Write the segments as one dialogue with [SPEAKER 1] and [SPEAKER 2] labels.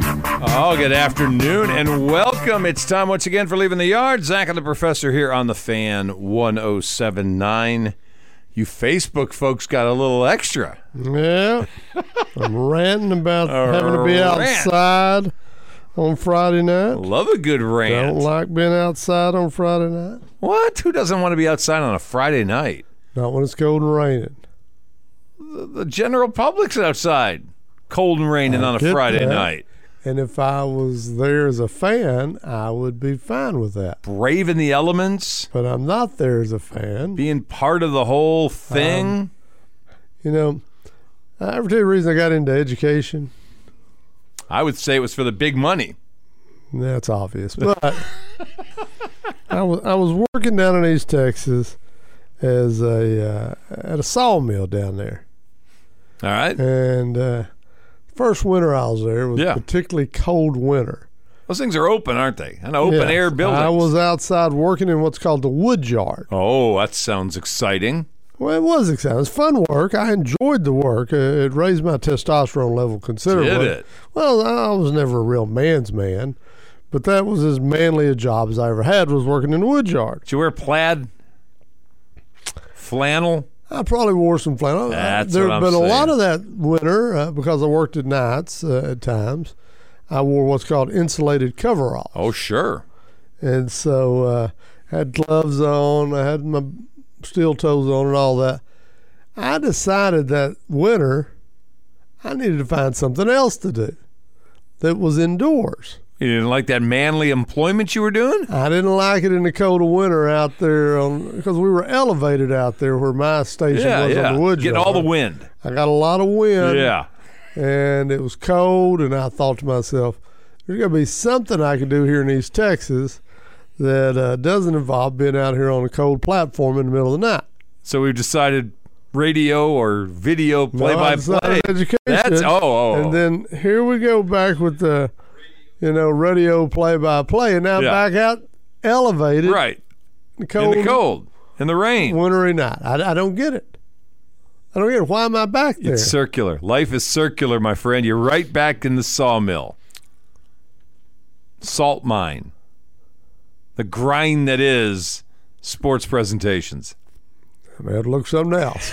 [SPEAKER 1] Oh, good afternoon and welcome. It's time once again for Leaving the Yard. Zach and the Professor here on the fan 1079. You Facebook folks got a little extra.
[SPEAKER 2] Yeah. I'm ranting about having to be
[SPEAKER 1] rant.
[SPEAKER 2] outside on Friday night.
[SPEAKER 1] Love a good rant.
[SPEAKER 2] Don't like being outside on Friday night.
[SPEAKER 1] What? Who doesn't want to be outside on a Friday night?
[SPEAKER 2] Not when it's cold and raining.
[SPEAKER 1] The general public's outside, cold and raining on a
[SPEAKER 2] get
[SPEAKER 1] Friday
[SPEAKER 2] that.
[SPEAKER 1] night.
[SPEAKER 2] And if I was there as a fan, I would be fine with that.
[SPEAKER 1] Braving the elements,
[SPEAKER 2] But I'm not there as a fan.
[SPEAKER 1] being part of the whole thing.
[SPEAKER 2] Um, You know, I ever tell you the reason I got into education?
[SPEAKER 1] I would say it was for the big money.
[SPEAKER 2] That's obvious. But I was I was working down in East Texas as a uh, at a sawmill down there.
[SPEAKER 1] All right.
[SPEAKER 2] And uh, first winter I was there was
[SPEAKER 1] Yeah.
[SPEAKER 2] a particularly cold winter.
[SPEAKER 1] Those things are open, aren't they? An open
[SPEAKER 2] Yes.
[SPEAKER 1] air building.
[SPEAKER 2] I was outside working in what's called the wood yard.
[SPEAKER 1] Oh, that sounds exciting.
[SPEAKER 2] Well, it was exciting. It was fun work. I enjoyed the work. Uh, It raised my testosterone level considerably.
[SPEAKER 1] Did it?
[SPEAKER 2] Well, I was never a real man's man, but that was as manly a job as I ever had was working in the wood yard.
[SPEAKER 1] Did you wear plaid? Flannel?
[SPEAKER 2] I probably wore some flannel.
[SPEAKER 1] That's
[SPEAKER 2] there,
[SPEAKER 1] what I'm
[SPEAKER 2] but a lot
[SPEAKER 1] saying.
[SPEAKER 2] of that winter, uh, because I worked at nights uh, at times, I wore what's called insulated coveralls.
[SPEAKER 1] Oh, sure.
[SPEAKER 2] and so uh, had gloves on. I had my steel toes on and all that. I decided that winter, I needed to find something else to do that was indoors.
[SPEAKER 1] You didn't like that manly employment you were doing?
[SPEAKER 2] I didn't like it in the cold of winter out there on because we were elevated out there where my station
[SPEAKER 1] Yeah,
[SPEAKER 2] was
[SPEAKER 1] yeah.
[SPEAKER 2] on the wood.
[SPEAKER 1] Getting
[SPEAKER 2] yard.
[SPEAKER 1] all the wind.
[SPEAKER 2] I got a lot of wind.
[SPEAKER 1] Yeah.
[SPEAKER 2] and it was cold and i thought to myself there's going to be something i can do here in east texas that uh, doesn't involve being out here on a cold platform in the middle of the night
[SPEAKER 1] So we've decided radio or video play
[SPEAKER 2] Well,
[SPEAKER 1] by
[SPEAKER 2] I
[SPEAKER 1] play.
[SPEAKER 2] decided education
[SPEAKER 1] That's oh, oh, oh.
[SPEAKER 2] and then here we go back with the you know radio play by play and now
[SPEAKER 1] Yeah.
[SPEAKER 2] back out elevated
[SPEAKER 1] right
[SPEAKER 2] in
[SPEAKER 1] in
[SPEAKER 2] cold,
[SPEAKER 1] the cold, in the rain.
[SPEAKER 2] wintry night I, I don't get it i don't get it why am i back there
[SPEAKER 1] It's circular. Life is circular, my friend. You're right back in the sawmill, salt mine, the grind that is sports presentations.
[SPEAKER 2] i may have to look something else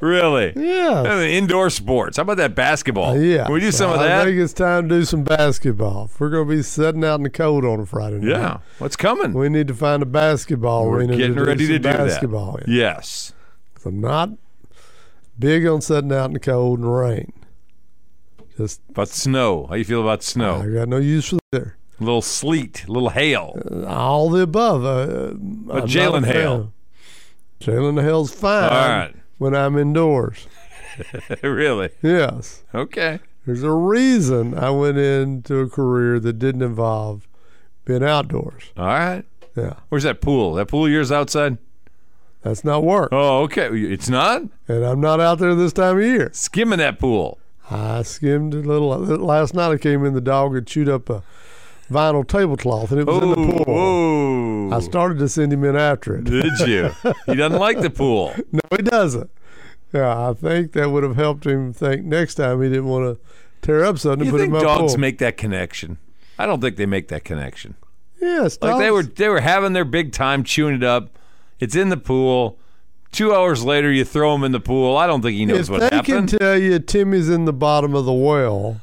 [SPEAKER 1] Really?
[SPEAKER 2] yeah
[SPEAKER 1] I mean, indoor sports. How about that basketball?
[SPEAKER 2] Uh, Yeah.
[SPEAKER 1] Can Oh, we do some
[SPEAKER 2] Well,
[SPEAKER 1] of
[SPEAKER 2] I
[SPEAKER 1] that?
[SPEAKER 2] think it's time to do some basketball. If we're going to be sitting out in the cold on a Friday night.
[SPEAKER 1] yeah. What's coming?
[SPEAKER 2] We need to find a basketball
[SPEAKER 1] We're
[SPEAKER 2] arena
[SPEAKER 1] getting
[SPEAKER 2] to do
[SPEAKER 1] ready
[SPEAKER 2] some
[SPEAKER 1] to do that.
[SPEAKER 2] basketball in.
[SPEAKER 1] yes.
[SPEAKER 2] 'Cause I'm not big on sitting out in the cold and rain. Just
[SPEAKER 1] About snow. How you feel about
[SPEAKER 2] I
[SPEAKER 1] snow?
[SPEAKER 2] got no use for there.
[SPEAKER 1] A little sleet, a little hail.
[SPEAKER 2] All the above. Uh, I'm not
[SPEAKER 1] Jalen
[SPEAKER 2] a fan.
[SPEAKER 1] Hale.
[SPEAKER 2] Jalen Hale's fine
[SPEAKER 1] All right.
[SPEAKER 2] when I'm indoors.
[SPEAKER 1] really?
[SPEAKER 2] Yes.
[SPEAKER 1] Okay.
[SPEAKER 2] There's a reason I went into a career that didn't involve being outdoors.
[SPEAKER 1] All right.
[SPEAKER 2] Yeah.
[SPEAKER 1] Where's that pool? That pool of yours outside?
[SPEAKER 2] That's not work.
[SPEAKER 1] Oh, okay. It's not?
[SPEAKER 2] and I'm not out there this time of year.
[SPEAKER 1] Skimming that pool.
[SPEAKER 2] I skimmed a little. Last night I came in, the dog had chewed up a vinyl tablecloth, and it was in the pool.
[SPEAKER 1] whoa.
[SPEAKER 2] I started to send him in after it.
[SPEAKER 1] Did you? He doesn't like the pool.
[SPEAKER 2] No, he doesn't. Yeah, I think that would have helped him think next time he didn't want to tear up something. and
[SPEAKER 1] You
[SPEAKER 2] put
[SPEAKER 1] think
[SPEAKER 2] him
[SPEAKER 1] dogs
[SPEAKER 2] pool.
[SPEAKER 1] make that connection? I don't think they make that connection.
[SPEAKER 2] yes,
[SPEAKER 1] Like
[SPEAKER 2] dogs.
[SPEAKER 1] they were they were having their big time chewing it up. It's in the pool. Two hours later, you throw him in the pool. I don't think he knows
[SPEAKER 2] If
[SPEAKER 1] what
[SPEAKER 2] they
[SPEAKER 1] happened.
[SPEAKER 2] can tell you Timmy's in the bottom of the well,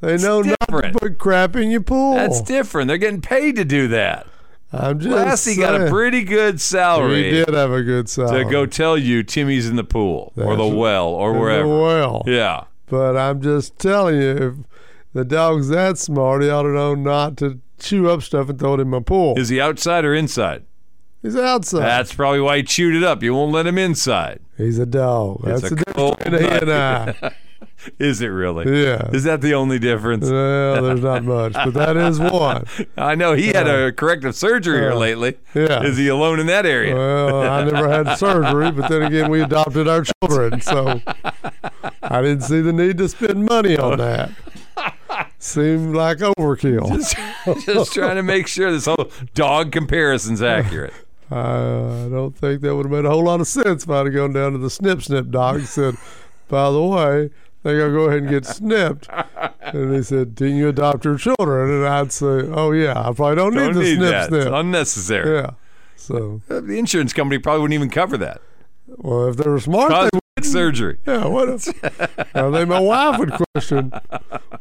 [SPEAKER 2] they know not
[SPEAKER 1] different.
[SPEAKER 2] to put crap in your pool.
[SPEAKER 1] That's different. They're getting paid to do that.
[SPEAKER 2] I'm just
[SPEAKER 1] Lassie got a
[SPEAKER 2] saying.
[SPEAKER 1] pretty good
[SPEAKER 2] He
[SPEAKER 1] salary
[SPEAKER 2] did have a good
[SPEAKER 1] to
[SPEAKER 2] salary.
[SPEAKER 1] go tell you Timmy's in the pool or the
[SPEAKER 2] That's-
[SPEAKER 1] well or wherever.
[SPEAKER 2] Well,
[SPEAKER 1] Yeah.
[SPEAKER 2] But I'm just telling you, if the dog's that smart, he ought to know not to chew up stuff and throw it in my pool.
[SPEAKER 1] Is he outside or inside?
[SPEAKER 2] He's outside.
[SPEAKER 1] That's probably why he chewed it up. You won't let him inside.
[SPEAKER 2] He's a dog. That's
[SPEAKER 1] a
[SPEAKER 2] the difference
[SPEAKER 1] cold
[SPEAKER 2] between he and I.
[SPEAKER 1] Is it really?
[SPEAKER 2] Yeah.
[SPEAKER 1] Is that the only difference?
[SPEAKER 2] Well, there's not much, but that is one.
[SPEAKER 1] I know he had a corrective surgery here
[SPEAKER 2] Yeah.
[SPEAKER 1] lately.
[SPEAKER 2] Yeah.
[SPEAKER 1] Is he alone in that area?
[SPEAKER 2] Well, I never had surgery, but then again, we adopted our children, so I didn't see the need to spend money on that. Seemed like overkill.
[SPEAKER 1] just trying to make sure this whole dog comparison's accurate.
[SPEAKER 2] I don't think that would have made a whole lot of sense if I'd have gone down to the snip snip dog and said, by the way, I think I'll go ahead and get snipped. and they said, "Didn't you adopt your children?" And I'd say, "Oh yeah, I probably don't,
[SPEAKER 1] Don't
[SPEAKER 2] need
[SPEAKER 1] need
[SPEAKER 2] the snip
[SPEAKER 1] that. It's
[SPEAKER 2] snip."
[SPEAKER 1] unnecessary.
[SPEAKER 2] yeah. So,
[SPEAKER 1] Uh, The insurance company probably wouldn't even cover that.
[SPEAKER 2] well, if they were smart, they
[SPEAKER 1] Cosmetic surgery.
[SPEAKER 2] Yeah, what if? now, then my wife would question,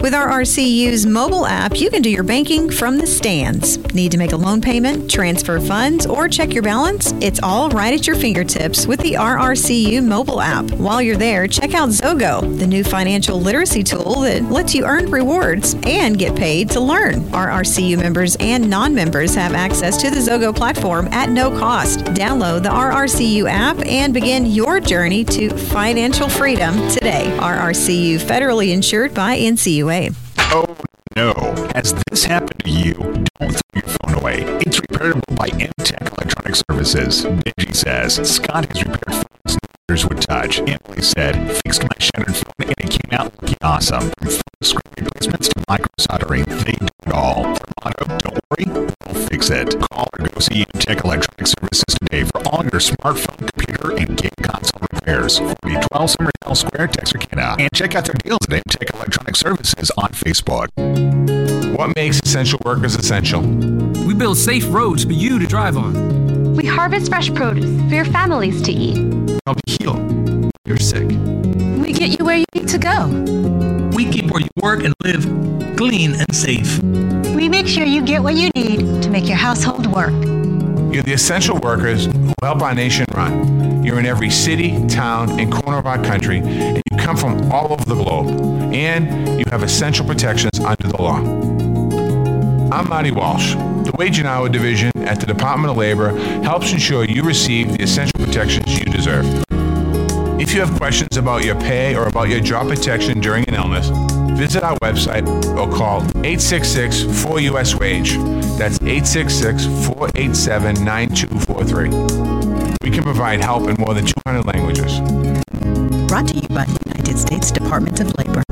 [SPEAKER 3] With our RCU's mobile app, you can do your banking from the stands. Need to make a loan payment, transfer funds, or check your balance? It's all right at your fingertips with the RRCU mobile app. While you're there, check out Zogo, the new financial literacy tool that lets you earn rewards and get paid to learn. RRCU members and non members have access to the Zogo platform at no cost. Download the RRCU app and begin your journey to financial freedom today. RRCU, federally insured by NCUA.
[SPEAKER 4] Oh no. Has this happened to you? Don't throw your phone away. It's repairable by MTech Electronic Services. Benji says Scott has repaired phones no others would touch. Emily said, fixed my shattered phone and it came out looking awesome. From phone screen replacements to micro soldering, they do it all. Their motto, don't worry, we'll fix it. Call or go see MTech Electronic Services today for all your smartphone, computer, and game console repairs. 4012 Summerhill Square, Texarkana. And check out their deals at MTech Electronic Services on Facebook.
[SPEAKER 5] What makes essential workers essential?
[SPEAKER 6] We build safe roads for you to drive on.
[SPEAKER 7] We harvest fresh produce for your families to eat.
[SPEAKER 6] Help you heal. when You're sick.
[SPEAKER 7] We get you where you need to go.
[SPEAKER 6] We keep where you work and live clean and safe.
[SPEAKER 7] We make sure you get what you need to make your household work.
[SPEAKER 5] You're the essential workers who help our nation run. You're in every city, town, and corner of our country, and you come from all over the globe. And you have essential protections under the law. I'm Marty Walsh. The Wage and Hour Division at the Department of Labor helps ensure you receive the essential protections you deserve. If you have questions about your pay or about your job protection during an illness, visit our website or call 866 4US Wage. That's 866 487 9243. We can provide help in more than 200 languages.
[SPEAKER 8] Brought to you by the United States Department of Labor.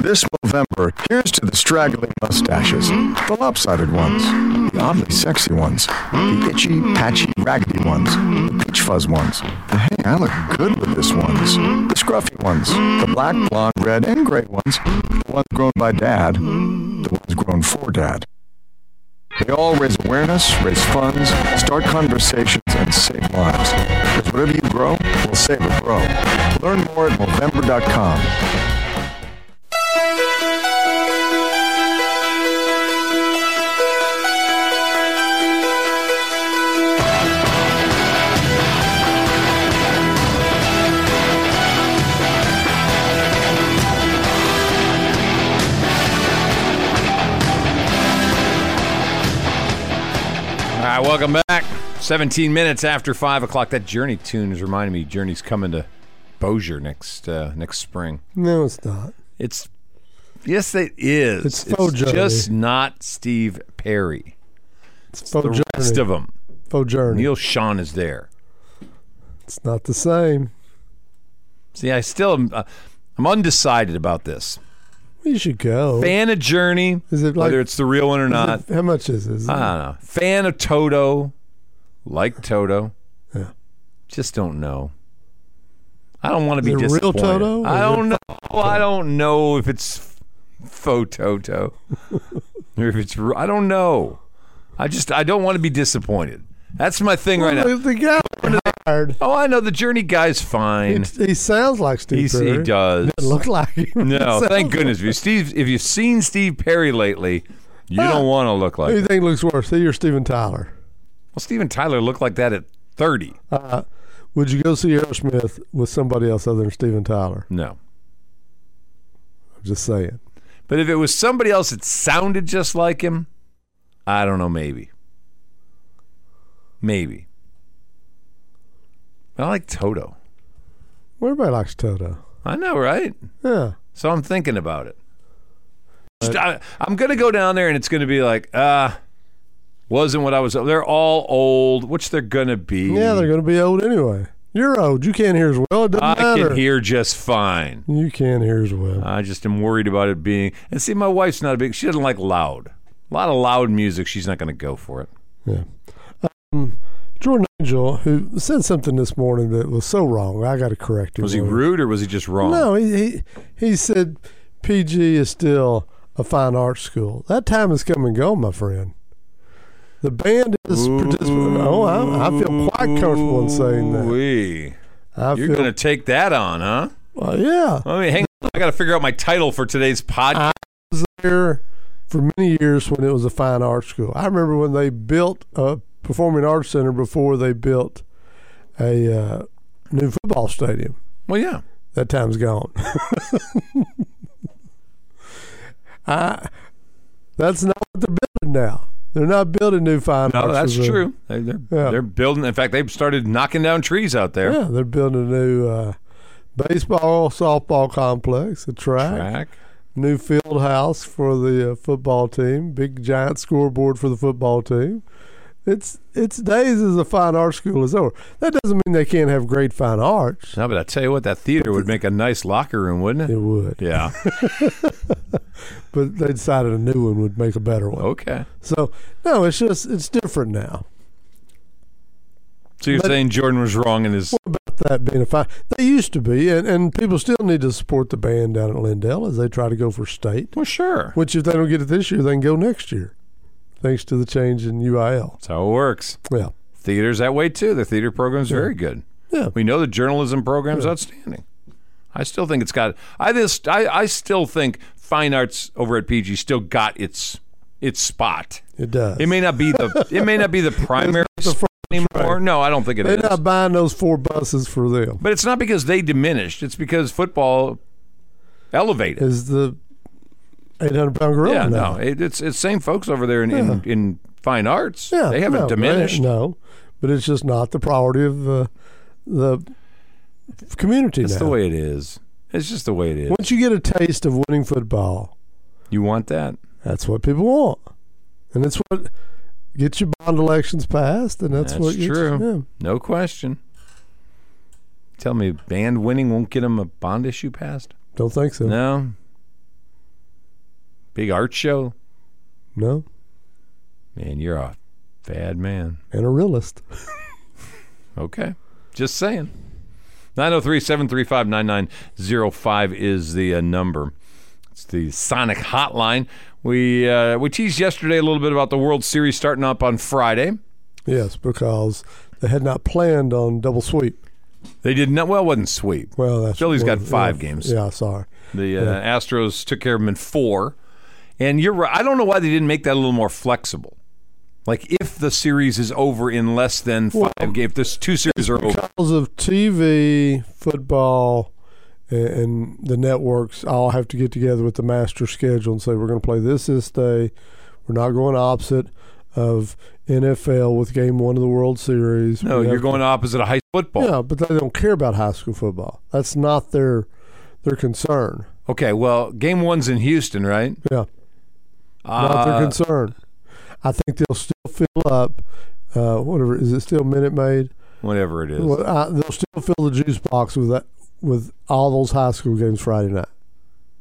[SPEAKER 8] This November, here's to the straggling mustaches, the lopsided ones, the oddly sexy ones, the itchy, patchy, raggedy ones, the peach fuzz ones, the hey, I look good with this ones, the scruffy ones, the black, blonde, red, and gray ones, the ones grown by dad, the ones grown for dad. They all raise awareness, raise funds, start conversations, and save lives. Because whatever you grow, will save a grow. Learn more at Movember.com.
[SPEAKER 1] All right, welcome back. 17 minutes after 5 o'clock. That Journey tune is reminding me Journey's coming to Bossier next uh, next spring.
[SPEAKER 2] No, it's not.
[SPEAKER 1] It's Yes, it is.
[SPEAKER 2] It's faux Journey.
[SPEAKER 1] just not Steve Perry.
[SPEAKER 2] It's
[SPEAKER 1] The
[SPEAKER 2] faux journey.
[SPEAKER 1] rest of them.
[SPEAKER 2] Faux journey.
[SPEAKER 1] Neil Sean is there.
[SPEAKER 2] It's not the same.
[SPEAKER 1] See, I still am, uh, I'm undecided about this.
[SPEAKER 2] We should go.
[SPEAKER 1] Fan of Journey,
[SPEAKER 2] Is it like-
[SPEAKER 1] whether it's the real one or
[SPEAKER 2] Is it-
[SPEAKER 1] not.
[SPEAKER 2] how much is this?
[SPEAKER 1] I don't know. Fan of Toto, like Toto.
[SPEAKER 2] Yeah.
[SPEAKER 1] Just don't know. I don't want to be
[SPEAKER 2] Is it real
[SPEAKER 1] disappointed.
[SPEAKER 2] Toto or
[SPEAKER 1] I
[SPEAKER 2] is it
[SPEAKER 1] don't know. I don't know if it's faux Toto or if it's. r- I don't know. I just. I don't want to be disappointed. That's my thing right now.
[SPEAKER 2] Well, The guy hired.
[SPEAKER 1] Oh, I know the Journey guy's
[SPEAKER 2] He,
[SPEAKER 1] fine.
[SPEAKER 2] he sounds like Steve
[SPEAKER 1] He's,
[SPEAKER 2] Perry.
[SPEAKER 1] he does.
[SPEAKER 2] Doesn't look like him.
[SPEAKER 1] No,
[SPEAKER 2] Sounds
[SPEAKER 1] thank goodness. If you Steve, if you've seen Steve Perry lately, you
[SPEAKER 2] Ah.
[SPEAKER 1] don't want to look like.
[SPEAKER 2] Like, Who do you
[SPEAKER 1] That.
[SPEAKER 2] think looks worse, he or Steven Tyler?
[SPEAKER 1] Well, Steven Tyler looked like that at thirty.
[SPEAKER 2] Would you go see Aerosmith with somebody else other than Steven Tyler?
[SPEAKER 1] No,
[SPEAKER 2] I'm just saying.
[SPEAKER 1] but if it was somebody else that sounded just like him, I don't know. Maybe. Maybe. I like Toto.
[SPEAKER 2] Well, everybody likes Toto.
[SPEAKER 1] I know, right?
[SPEAKER 2] Yeah.
[SPEAKER 1] So I'm thinking about it. Just- I, am going to go down there and it's going to be like, uh, wasn't what I was. They're all old, which they're going to be.
[SPEAKER 2] Yeah, they're going to be old anyway. You're old. You can't hear as well. It doesn't
[SPEAKER 1] I
[SPEAKER 2] matter.
[SPEAKER 1] can hear Uh, just fine.
[SPEAKER 2] You can hear as well.
[SPEAKER 1] I just am worried about it being. And see, my wife's not a big. She doesn't like loud. A lot of loud music. She's not going to go for it.
[SPEAKER 2] Jordan Angel, who said something this morning that was so wrong, I got to correct him.
[SPEAKER 1] Was he
[SPEAKER 2] on it.
[SPEAKER 1] rude or was he just wrong?
[SPEAKER 2] No, he, he he said PG is still a fine arts school. That time has come and gone, my friend. The band is participating. Oh, I, I feel quite comfortable in saying that.
[SPEAKER 1] Ooh-wee.
[SPEAKER 2] I
[SPEAKER 1] You're
[SPEAKER 2] feel,
[SPEAKER 1] going to take that on, huh?
[SPEAKER 2] well, yeah.
[SPEAKER 1] Let me hang. on. I got to figure out my title for today's
[SPEAKER 2] Ah.
[SPEAKER 1] podcast.
[SPEAKER 2] there for many years when it was a fine arts school. I remember when they built a performing arts center before they built a uh, new football stadium.
[SPEAKER 1] Well, yeah.
[SPEAKER 2] That time's gone. I, that's not what they're building now. They're not building new fine arts.
[SPEAKER 1] No, that's
[SPEAKER 2] facility.
[SPEAKER 1] true. They, they're
[SPEAKER 2] Yeah.
[SPEAKER 1] they're building. In fact, they've started knocking down trees out there.
[SPEAKER 2] Yeah, they're building a new uh, baseball, softball complex, a
[SPEAKER 1] Track.
[SPEAKER 2] new field house for the uh, football team, big giant scoreboard for the football team. It's its days as a fine arts school is over. That doesn't mean they can't have great fine arts.
[SPEAKER 1] No, but I tell you what, that theater would make a nice locker room, wouldn't
[SPEAKER 2] It
[SPEAKER 1] it?
[SPEAKER 2] would,
[SPEAKER 1] Yeah.
[SPEAKER 2] but they decided a new one would make a better one.
[SPEAKER 1] Okay.
[SPEAKER 2] So no, it's just it's different now.
[SPEAKER 1] So you're
[SPEAKER 2] But-
[SPEAKER 1] saying Jordan was wrong in his
[SPEAKER 2] About that being a fine, they used to be, and, and people still need to support the band down at Lindell as they try to go for state.
[SPEAKER 1] Well, sure.
[SPEAKER 2] Which if they don't get it this year, they can go next year, thanks to the change in UIL.
[SPEAKER 1] That's how it works.
[SPEAKER 2] Yeah,
[SPEAKER 1] Theater's that way too. The theater program's very good.
[SPEAKER 2] yeah.
[SPEAKER 1] We know the journalism program's outstanding. I still think it's got. I just. I, I still think fine arts over at PG still got its its spot.
[SPEAKER 2] It does.
[SPEAKER 1] It may not be the. it may not be the primary spot anymore. No, I don't think it is.
[SPEAKER 2] They're not buying those four buses for them.
[SPEAKER 1] But it's not because they diminished. It's because football elevated.
[SPEAKER 2] Is the eight hundred pound gorilla?
[SPEAKER 1] yeah,
[SPEAKER 2] now.
[SPEAKER 1] no, it, it's it's same folks over there in, in, in fine arts.
[SPEAKER 2] yeah,
[SPEAKER 1] they haven't
[SPEAKER 2] no,
[SPEAKER 1] diminished.
[SPEAKER 2] they- no, but it's just not the priority of uh, the community
[SPEAKER 1] It's
[SPEAKER 2] now.
[SPEAKER 1] the way it is. It's just the way it is.
[SPEAKER 2] Once you get a taste of winning football,
[SPEAKER 1] You want that?
[SPEAKER 2] that's what people want, and it's what gets your bond elections passed, and that's,
[SPEAKER 1] That's,
[SPEAKER 2] what gets,
[SPEAKER 1] true.
[SPEAKER 2] yeah.
[SPEAKER 1] No question. Tell me, band winning won't get them a bond issue passed?
[SPEAKER 2] Don't think so.
[SPEAKER 1] No. Big art show?
[SPEAKER 2] No.
[SPEAKER 1] Man, you're a bad man.
[SPEAKER 2] And a realist.
[SPEAKER 1] Okay. Just saying. 903 735 9905 is the uh, number. It's the Sonic Hotline. We, uh, we teased yesterday a little bit about the World Series starting up on Friday.
[SPEAKER 2] Yes, because they had not planned on double sweep.
[SPEAKER 1] They did not, well, it wasn't sweep.
[SPEAKER 2] Well, that's
[SPEAKER 1] Philly's
[SPEAKER 2] well,
[SPEAKER 1] got five
[SPEAKER 2] yeah,
[SPEAKER 1] games.
[SPEAKER 2] Yeah, sorry.
[SPEAKER 1] The uh, Astros took care of them in four. And you're right. I don't know why they didn't make that a little more flexible. Like if the series is over in less than five games, if this two series are over.
[SPEAKER 2] Because of TV, football, and, and the networks all have to get together with the master schedule and say we're going to play this this day. We're not going opposite of NFL with game one of the World Series.
[SPEAKER 1] No,
[SPEAKER 2] We
[SPEAKER 1] you're
[SPEAKER 2] have to-
[SPEAKER 1] going opposite of high school football.
[SPEAKER 2] Yeah, but they don't care about high school football. That's not their their concern.
[SPEAKER 1] Okay, well, game one's in Houston, right? Ah,
[SPEAKER 2] Yeah. not
[SPEAKER 1] Uh,
[SPEAKER 2] their concern. I think they'll still fill up. Uh, whatever is it still Minute Maid?
[SPEAKER 1] Whatever it is.
[SPEAKER 2] Well, uh, they'll still fill the juice box with that with all those high school games Friday night.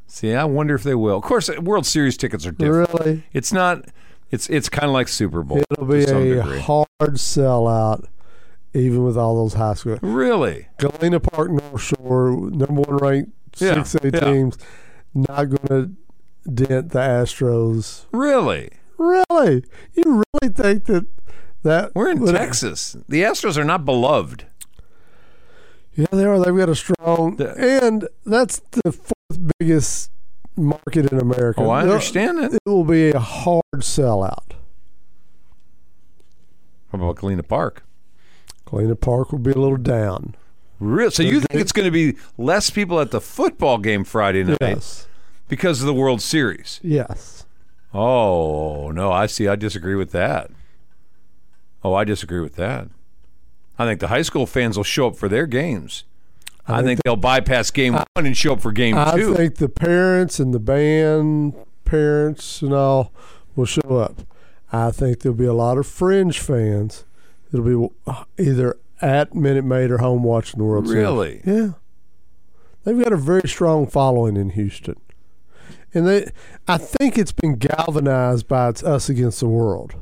[SPEAKER 1] See, I wonder if they will. Of course, World Series tickets are different.
[SPEAKER 2] Really?
[SPEAKER 1] It's not. It's it's kind of like Super Bowl.
[SPEAKER 2] It'll be
[SPEAKER 1] Oh, to some
[SPEAKER 2] a
[SPEAKER 1] degree.
[SPEAKER 2] hard sellout, even with all those high school.
[SPEAKER 1] really.
[SPEAKER 2] Galena Park North Shore, number one ranked
[SPEAKER 1] Yeah,
[SPEAKER 2] six A
[SPEAKER 1] yeah.
[SPEAKER 2] teams, not going to dent the Astros.
[SPEAKER 1] Really?
[SPEAKER 2] Really? You really think that that
[SPEAKER 1] We're in
[SPEAKER 2] would-
[SPEAKER 1] Texas. The Astros are not beloved.
[SPEAKER 2] Yeah, they are. They've got a strong,
[SPEAKER 1] The-
[SPEAKER 2] and that's the fourth biggest market in America.
[SPEAKER 1] Oh, I
[SPEAKER 2] They'll-
[SPEAKER 1] understand that.
[SPEAKER 2] It will be a hard sellout.
[SPEAKER 1] How about Galena Park?
[SPEAKER 2] Galena Park will be a little down.
[SPEAKER 1] Real. So you think it's going to be less people at the football game Friday night
[SPEAKER 2] Yes.
[SPEAKER 1] because of the World Series?
[SPEAKER 2] Yes.
[SPEAKER 1] Oh no, I see. I disagree with that. Oh, I disagree with that. I think the high school fans will show up for their games. I, think they'll bypass game one and show up for game
[SPEAKER 2] I
[SPEAKER 1] two.
[SPEAKER 2] think the parents and the band parents and all will show up. I think there'll be a lot of fringe fans. It'll be either at Minute Maid or home watching the World
[SPEAKER 1] Really?
[SPEAKER 2] Series. Yeah. They've got a very strong following in Houston. And they I think it's been galvanized by it's us against the world.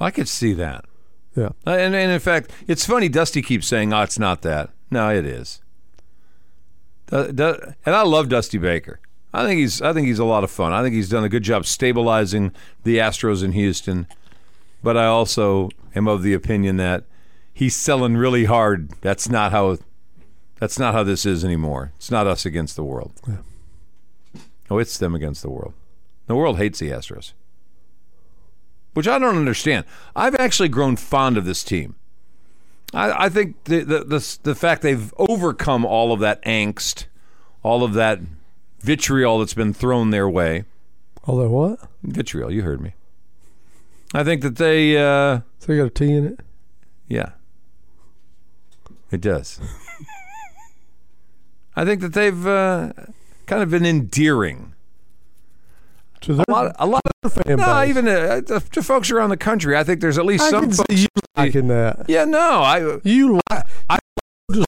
[SPEAKER 1] I could see that.
[SPEAKER 2] Yeah.
[SPEAKER 1] Uh, And, and in fact, it's funny. Dusty keeps saying, "Oh, it's not that." No, it is. Du- du- and I love Dusty Baker. I think he's. I think he's a lot of fun. I think he's done a good job stabilizing the Astros in Houston. But I also am of the opinion that he's selling really hard. That's not how. That's not how this is anymore. It's not us against the world. Oh, it's them against the world. The world hates the Astros which I don't understand. I've actually grown fond of this team. I, I think the, the the the fact they've overcome all of that angst, all of that vitriol that's been thrown their way.
[SPEAKER 2] Although what?
[SPEAKER 1] Vitriol, you heard me. I think that they, uh,
[SPEAKER 2] So you got a T in it?
[SPEAKER 1] yeah, it does. I think that they've uh, kind of been endearing.
[SPEAKER 2] To their
[SPEAKER 1] A lot, a lot of no,
[SPEAKER 2] fan base.
[SPEAKER 1] even uh, to, to folks around the country. I think there's at least
[SPEAKER 2] I
[SPEAKER 1] some
[SPEAKER 2] can see
[SPEAKER 1] folks.
[SPEAKER 2] you liking that.
[SPEAKER 1] Yeah, no, I
[SPEAKER 2] You like
[SPEAKER 1] I-
[SPEAKER 2] just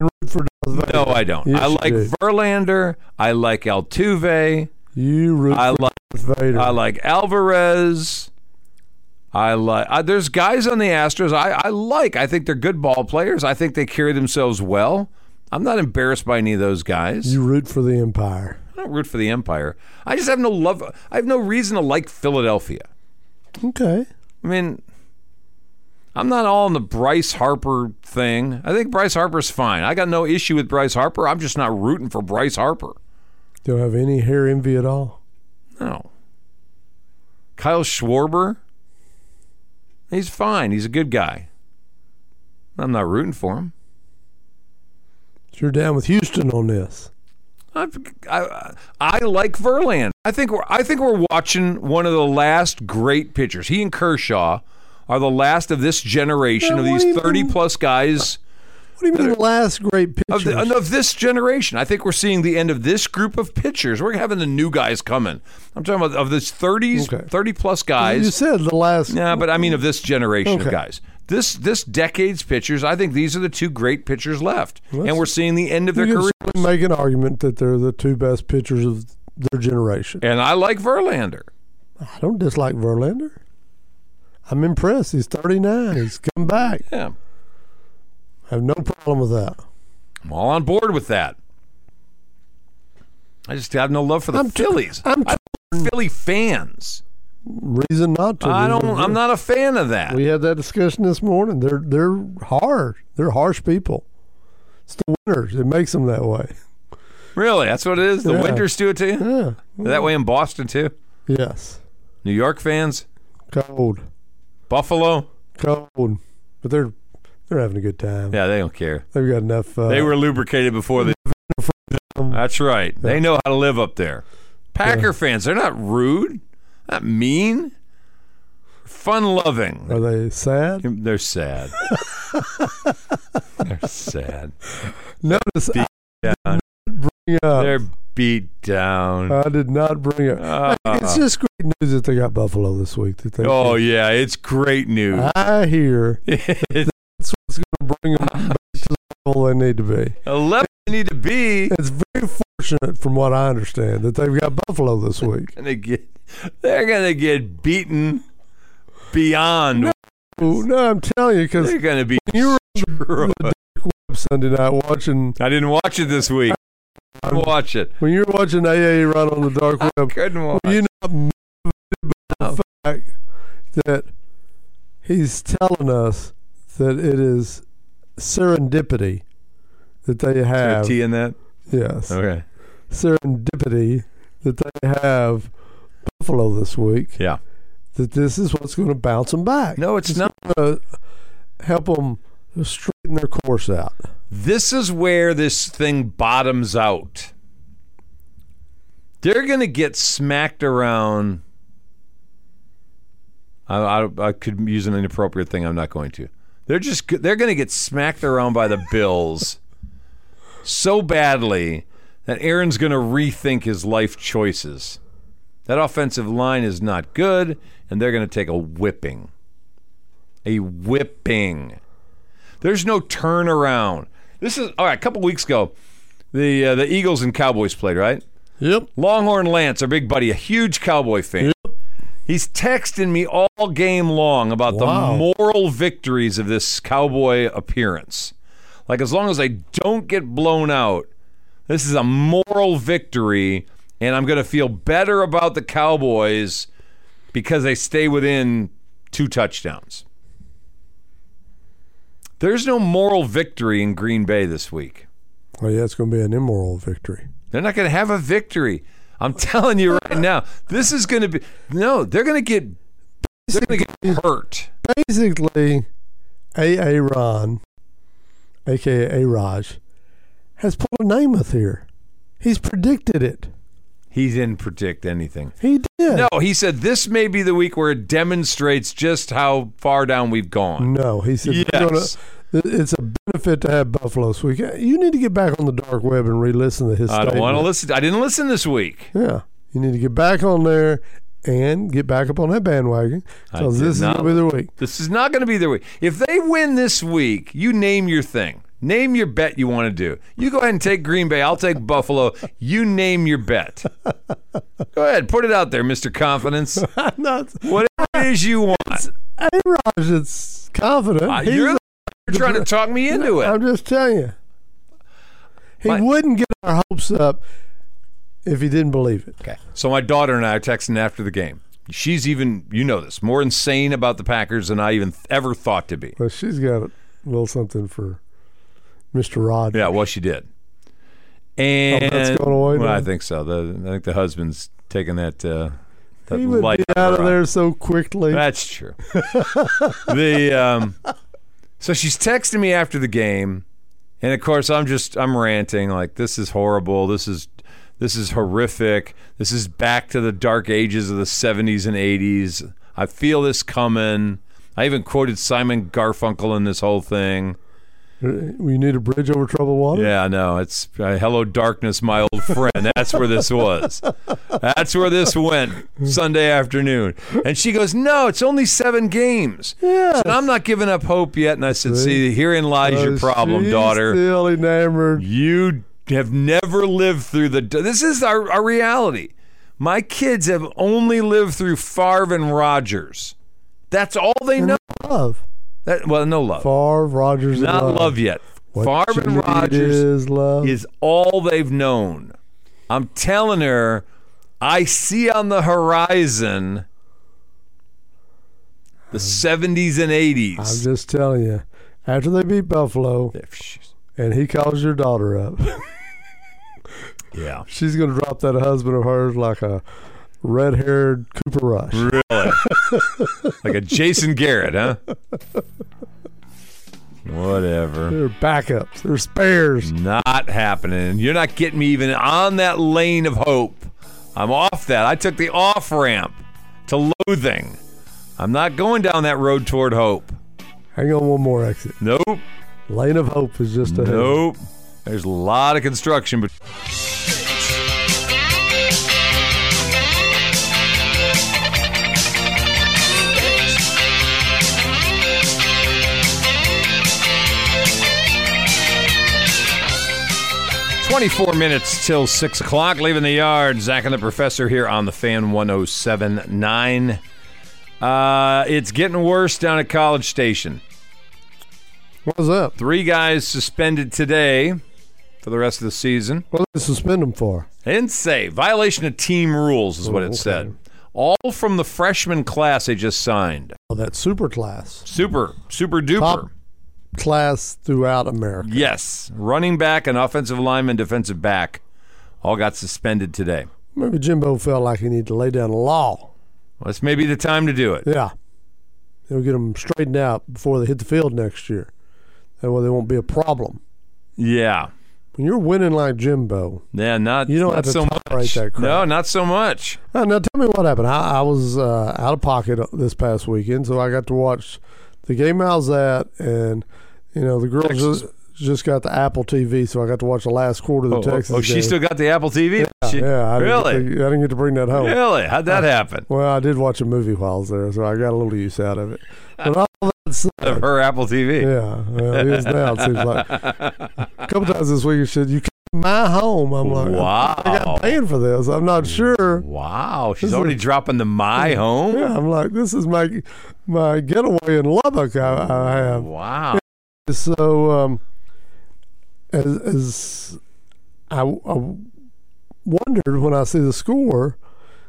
[SPEAKER 2] root for Darth Vader.
[SPEAKER 1] No, I don't.
[SPEAKER 2] Yes,
[SPEAKER 1] I
[SPEAKER 2] you
[SPEAKER 1] like
[SPEAKER 2] do.
[SPEAKER 1] Verlander. I like Altuve.
[SPEAKER 2] You root
[SPEAKER 1] I
[SPEAKER 2] for
[SPEAKER 1] like
[SPEAKER 2] Darth Vader.
[SPEAKER 1] I like Alvarez. I like. I, there's guys on the Astros I, I like. I think they're good ball players. I think they carry themselves well. I'm not embarrassed by any of those guys.
[SPEAKER 2] You root for the Empire.
[SPEAKER 1] I don't root for the Empire. I just have no love. I have no reason to like Philadelphia.
[SPEAKER 2] Okay.
[SPEAKER 1] I mean, I'm not all in the Bryce Harper thing. I think Bryce Harper's fine. I got no issue with Bryce Harper. I'm just not rooting for Bryce Harper.
[SPEAKER 2] Don't have any hair envy at all.
[SPEAKER 1] No. Kyle Schwarber? He's fine. He's a good guy. I'm not rooting for him.
[SPEAKER 2] So you're down with Houston on this.
[SPEAKER 1] I've, I I like Verland. I think we're I think we're watching one of the last great pitchers. He and Kershaw are the last of this generation
[SPEAKER 2] Yeah,
[SPEAKER 1] of
[SPEAKER 2] what
[SPEAKER 1] these
[SPEAKER 2] do you
[SPEAKER 1] thirty
[SPEAKER 2] mean?
[SPEAKER 1] plus guys
[SPEAKER 2] What do you mean, last great pitcher?
[SPEAKER 1] of, the, of this generation. I think we're seeing the end of this group of pitchers. We're having the new guys coming. I'm talking about of this thirties
[SPEAKER 2] Okay.
[SPEAKER 1] thirty plus guys.
[SPEAKER 2] you said the last.
[SPEAKER 1] Yeah, but I mean of this generation of
[SPEAKER 2] Okay.
[SPEAKER 1] guys. This this decade's pitchers, I think these are the two great pitchers left, and we're seeing the end of
[SPEAKER 2] you
[SPEAKER 1] their
[SPEAKER 2] can
[SPEAKER 1] career.
[SPEAKER 2] certainly make an argument that they're the two best pitchers of their generation.
[SPEAKER 1] And I like Verlander.
[SPEAKER 2] I don't dislike Verlander. I'm impressed. He's 39. He's come back.
[SPEAKER 1] Yeah.
[SPEAKER 2] I have no problem with that.
[SPEAKER 1] I'm all on board with that. I just have no love for the
[SPEAKER 2] I'm t-
[SPEAKER 1] Phillies.
[SPEAKER 2] I'm
[SPEAKER 1] I don't like Philly fans.
[SPEAKER 2] Reason not to.
[SPEAKER 1] I don't.
[SPEAKER 2] Reason-
[SPEAKER 1] I'm not a fan of that.
[SPEAKER 2] Mm-hmm. We had that discussion this morning. They're they're hard. They're harsh people. It's the winners. It makes them that way.
[SPEAKER 1] Really, that's what it is. The
[SPEAKER 2] Yeah.
[SPEAKER 1] Winters do it to you.
[SPEAKER 2] Yeah.
[SPEAKER 1] That way in Boston too.
[SPEAKER 2] Yes.
[SPEAKER 1] New York fans,
[SPEAKER 2] Cold.
[SPEAKER 1] Buffalo.
[SPEAKER 2] Cold. But they're they're having a good time.
[SPEAKER 1] Yeah, they don't care.
[SPEAKER 2] They've got enough. Uh,
[SPEAKER 1] They were lubricated before they. That's right. They know how to live up there. Packer fans, they're not rude, not mean, fun loving.
[SPEAKER 2] Are they sad?
[SPEAKER 1] They're sad. they're sad.
[SPEAKER 2] Notice I
[SPEAKER 1] Down.
[SPEAKER 2] bring up.
[SPEAKER 1] They're beat down.
[SPEAKER 2] I did not bring it.
[SPEAKER 1] Ah.
[SPEAKER 2] uh, it's just great news that they got Buffalo this week. That they
[SPEAKER 1] oh yeah, it's great news.
[SPEAKER 2] I hear
[SPEAKER 1] It's
[SPEAKER 2] that's what's going to bring them back to the level they need to be.
[SPEAKER 1] Eleven need to be,
[SPEAKER 2] It's very fortunate, from what I understand, that they've got Buffalo this week.
[SPEAKER 1] and they get they're gonna get beaten beyond.
[SPEAKER 2] Ooh, no, I'm telling you, because
[SPEAKER 1] They're gonna be.
[SPEAKER 2] you were
[SPEAKER 1] destroyed.
[SPEAKER 2] Sunday night watching
[SPEAKER 1] I didn't watch it this week. I didn't watch it.
[SPEAKER 2] when you were watching AA run on the dark web.
[SPEAKER 1] Couldn't watch.
[SPEAKER 2] Were you not motivated by the fact that he's telling us that it is serendipity that they
[SPEAKER 1] Is there
[SPEAKER 2] have?
[SPEAKER 1] a T in that.
[SPEAKER 2] Yes.
[SPEAKER 1] Okay.
[SPEAKER 2] serendipity that they have Buffalo this week.
[SPEAKER 1] Yeah.
[SPEAKER 2] That this is what's going to bounce them back.
[SPEAKER 1] No, it's not.
[SPEAKER 2] Uh, help them straighten their course out.
[SPEAKER 1] This is where this thing bottoms out. They're going to get smacked around. I, I, I could use an inappropriate thing. I'm not going to. They're just go- they're going to get smacked around by the Bills so badly that Aaron's going to rethink his life choices. That offensive line is not good, and they're going to take a whipping. A whipping. There's no turnaround. This is all right. A couple weeks ago, the uh, the Eagles and Cowboys played right.
[SPEAKER 2] Yep.
[SPEAKER 1] Longhorn Lance, our big buddy, a huge Cowboy fan. He's texting me all game long about
[SPEAKER 2] Wow.
[SPEAKER 1] the moral victories of this Cowboy appearance. Like as long as I don't get blown out, this is a moral victory, and I'm going to feel better about the Cowboys because they stay within two touchdowns. There's no moral victory in Green Bay this week.
[SPEAKER 2] Oh yeah, it's going to be an immoral victory.
[SPEAKER 1] They're not going to have a victory. I'm telling you right now. This is going to be no. They're going to get they're going to get hurt.
[SPEAKER 2] Basically, A.A. Ron, a.k.a. A. Raj, has pulled a Namath here. He's predicted it.
[SPEAKER 1] He didn't predict anything.
[SPEAKER 2] He did.
[SPEAKER 1] No, he said this may be the week where it demonstrates just how far down we've gone.
[SPEAKER 2] No, he said "We're gonna-
[SPEAKER 1] Yes.
[SPEAKER 2] it's a benefit to have Buffalo this week. You need to get back on the dark web and re-listen to his.
[SPEAKER 1] I don't want to
[SPEAKER 2] statement.
[SPEAKER 1] listen. I didn't listen this week.
[SPEAKER 2] Yeah, you need to get back on there and get back up on that bandwagon because
[SPEAKER 1] did
[SPEAKER 2] this is
[SPEAKER 1] not
[SPEAKER 2] gonna be the week.
[SPEAKER 1] This is not going to be their week. If they win this week, you name your thing. Name your bet you want to do. You go ahead and take Green Bay. I'll take Buffalo. You name your bet. Go ahead, put it out there, Mr. Confidence.
[SPEAKER 2] I'm not.
[SPEAKER 1] Whatever it is you want.
[SPEAKER 2] Hey, Raj, it's confident.
[SPEAKER 1] Uh,
[SPEAKER 2] He's-
[SPEAKER 1] you're, the, you're trying to talk me into it.
[SPEAKER 2] I'm just telling you. He
[SPEAKER 1] My-
[SPEAKER 2] wouldn't get our hopes up if he didn't believe it.
[SPEAKER 1] Okay. So my daughter and I are texting after the game. She's even, you know this, more insane about the Packers than I even ever thought to be.
[SPEAKER 2] Well, she's got a little something for Mister Rod.
[SPEAKER 1] Yeah, well, she did. And
[SPEAKER 2] going away
[SPEAKER 1] Well,
[SPEAKER 2] now?
[SPEAKER 1] I think so. The, I think the husband's taking that. Uh, that
[SPEAKER 2] he would
[SPEAKER 1] light
[SPEAKER 2] be out of
[SPEAKER 1] rod.
[SPEAKER 2] there so quickly.
[SPEAKER 1] That's true. the um, so she's texting me after the game, and of course I'm just I'm ranting like this is horrible. This is this is horrific. This is back to the dark ages of the 70s and 80s. I feel this coming. I even quoted Simon Garfunkel in this whole thing.
[SPEAKER 2] we need a bridge over troubled water.
[SPEAKER 1] Yeah, no, it's uh, hello darkness, my old friend. That's where this was. That's where this went Sunday afternoon. And she goes, "No, it's only seven games."
[SPEAKER 2] Yes.
[SPEAKER 1] And I'm not giving up hope yet. And I said, "See, herein lies your
[SPEAKER 2] Oh,
[SPEAKER 1] problem,
[SPEAKER 2] she's
[SPEAKER 1] daughter.
[SPEAKER 2] Still enamored.
[SPEAKER 1] You have never lived through the. This is our, our reality. My kids have only lived through Favre and Rogers. That's all they know.
[SPEAKER 2] Love.
[SPEAKER 1] That, well, no love.
[SPEAKER 2] Favre, Rogers, and
[SPEAKER 1] Not love, yet.
[SPEAKER 2] What
[SPEAKER 1] Favre
[SPEAKER 2] you
[SPEAKER 1] and
[SPEAKER 2] need
[SPEAKER 1] Rogers
[SPEAKER 2] is love.
[SPEAKER 1] is all they've known. I'm telling her, I see on the horizon the 70s and
[SPEAKER 2] I'm
[SPEAKER 1] 80s.
[SPEAKER 2] just telling you. After they beat Buffalo, and he calls your daughter up,
[SPEAKER 1] Yeah.
[SPEAKER 2] she's gonna drop that husband of hers like a red-haired Cooper Rush.
[SPEAKER 1] Really? like a Jason Garrett, huh? Whatever.
[SPEAKER 2] They're backups. They're spares.
[SPEAKER 1] Mm. Not happening. You're not getting me even on that lane of hope. I'm off that. I took the off ramp to loathing. I'm not going down that road toward hope.
[SPEAKER 2] Hang on, one more exit.
[SPEAKER 1] Nope.
[SPEAKER 2] Lane of Hope is just ahead.
[SPEAKER 1] Nope. There's a lot of construction, but Twenty-four minutes till six o'clock. Leaving the yard. Zach and the professor here on the Fan 107.9. Uh, it's getting worse down at College Station.
[SPEAKER 2] What's up?
[SPEAKER 1] Three guys suspended today for the rest of the season.
[SPEAKER 2] What did they suspend them for?
[SPEAKER 1] They didn't say. Violation of team rules is what
[SPEAKER 2] Oh,
[SPEAKER 1] it said. All from the freshman class they just signed.
[SPEAKER 2] Oh, that super class.
[SPEAKER 1] Super, super duper.
[SPEAKER 2] Top class throughout America.
[SPEAKER 1] Yes. Running back and offensive lineman, defensive back all got suspended today.
[SPEAKER 2] Maybe Jimbo felt like he needed to lay down the law.
[SPEAKER 1] Well, this may be the time to do it.
[SPEAKER 2] Yeah. It'll get them straightened out before they hit the field next year. That way they won't be a problem.
[SPEAKER 1] Yeah.
[SPEAKER 2] When you're winning like Jimbo,
[SPEAKER 1] Yeah, not,
[SPEAKER 2] You don't
[SPEAKER 1] not
[SPEAKER 2] have to
[SPEAKER 1] so
[SPEAKER 2] tolerate
[SPEAKER 1] much.
[SPEAKER 2] that crap.
[SPEAKER 1] No, not so much.
[SPEAKER 2] Uh, now tell me what happened. I, I was uh, out of pocket this past weekend, so I got to watch the game I was at, and you know the girls
[SPEAKER 1] Texas.
[SPEAKER 2] just, just got the Apple TV, so I got to watch the last quarter of the
[SPEAKER 1] Oh,
[SPEAKER 2] Texas.
[SPEAKER 1] oh, she
[SPEAKER 2] game.
[SPEAKER 1] still got the Apple TV? She-
[SPEAKER 2] yeah. I
[SPEAKER 1] really?
[SPEAKER 2] Didn't get to, I didn't get to bring that home.
[SPEAKER 1] Really? How'd that happen?
[SPEAKER 2] Well, I did watch a movie while I was there, so I got a little use out of it. But all that
[SPEAKER 1] Of
[SPEAKER 2] said,
[SPEAKER 1] her Apple TV.
[SPEAKER 2] yeah, well, it is now. It seems like a couple times this week. She said, "You come to my home." I'm like, I
[SPEAKER 1] Wow.
[SPEAKER 2] got paying for this. I'm not sure.
[SPEAKER 1] Wow. She's
[SPEAKER 2] This is-
[SPEAKER 1] already dropping the my home?
[SPEAKER 2] Yeah, I'm like, this is my my getaway in Lubbock. I, I have
[SPEAKER 1] Wow.
[SPEAKER 2] so um, as, as I, I wondered when I see the score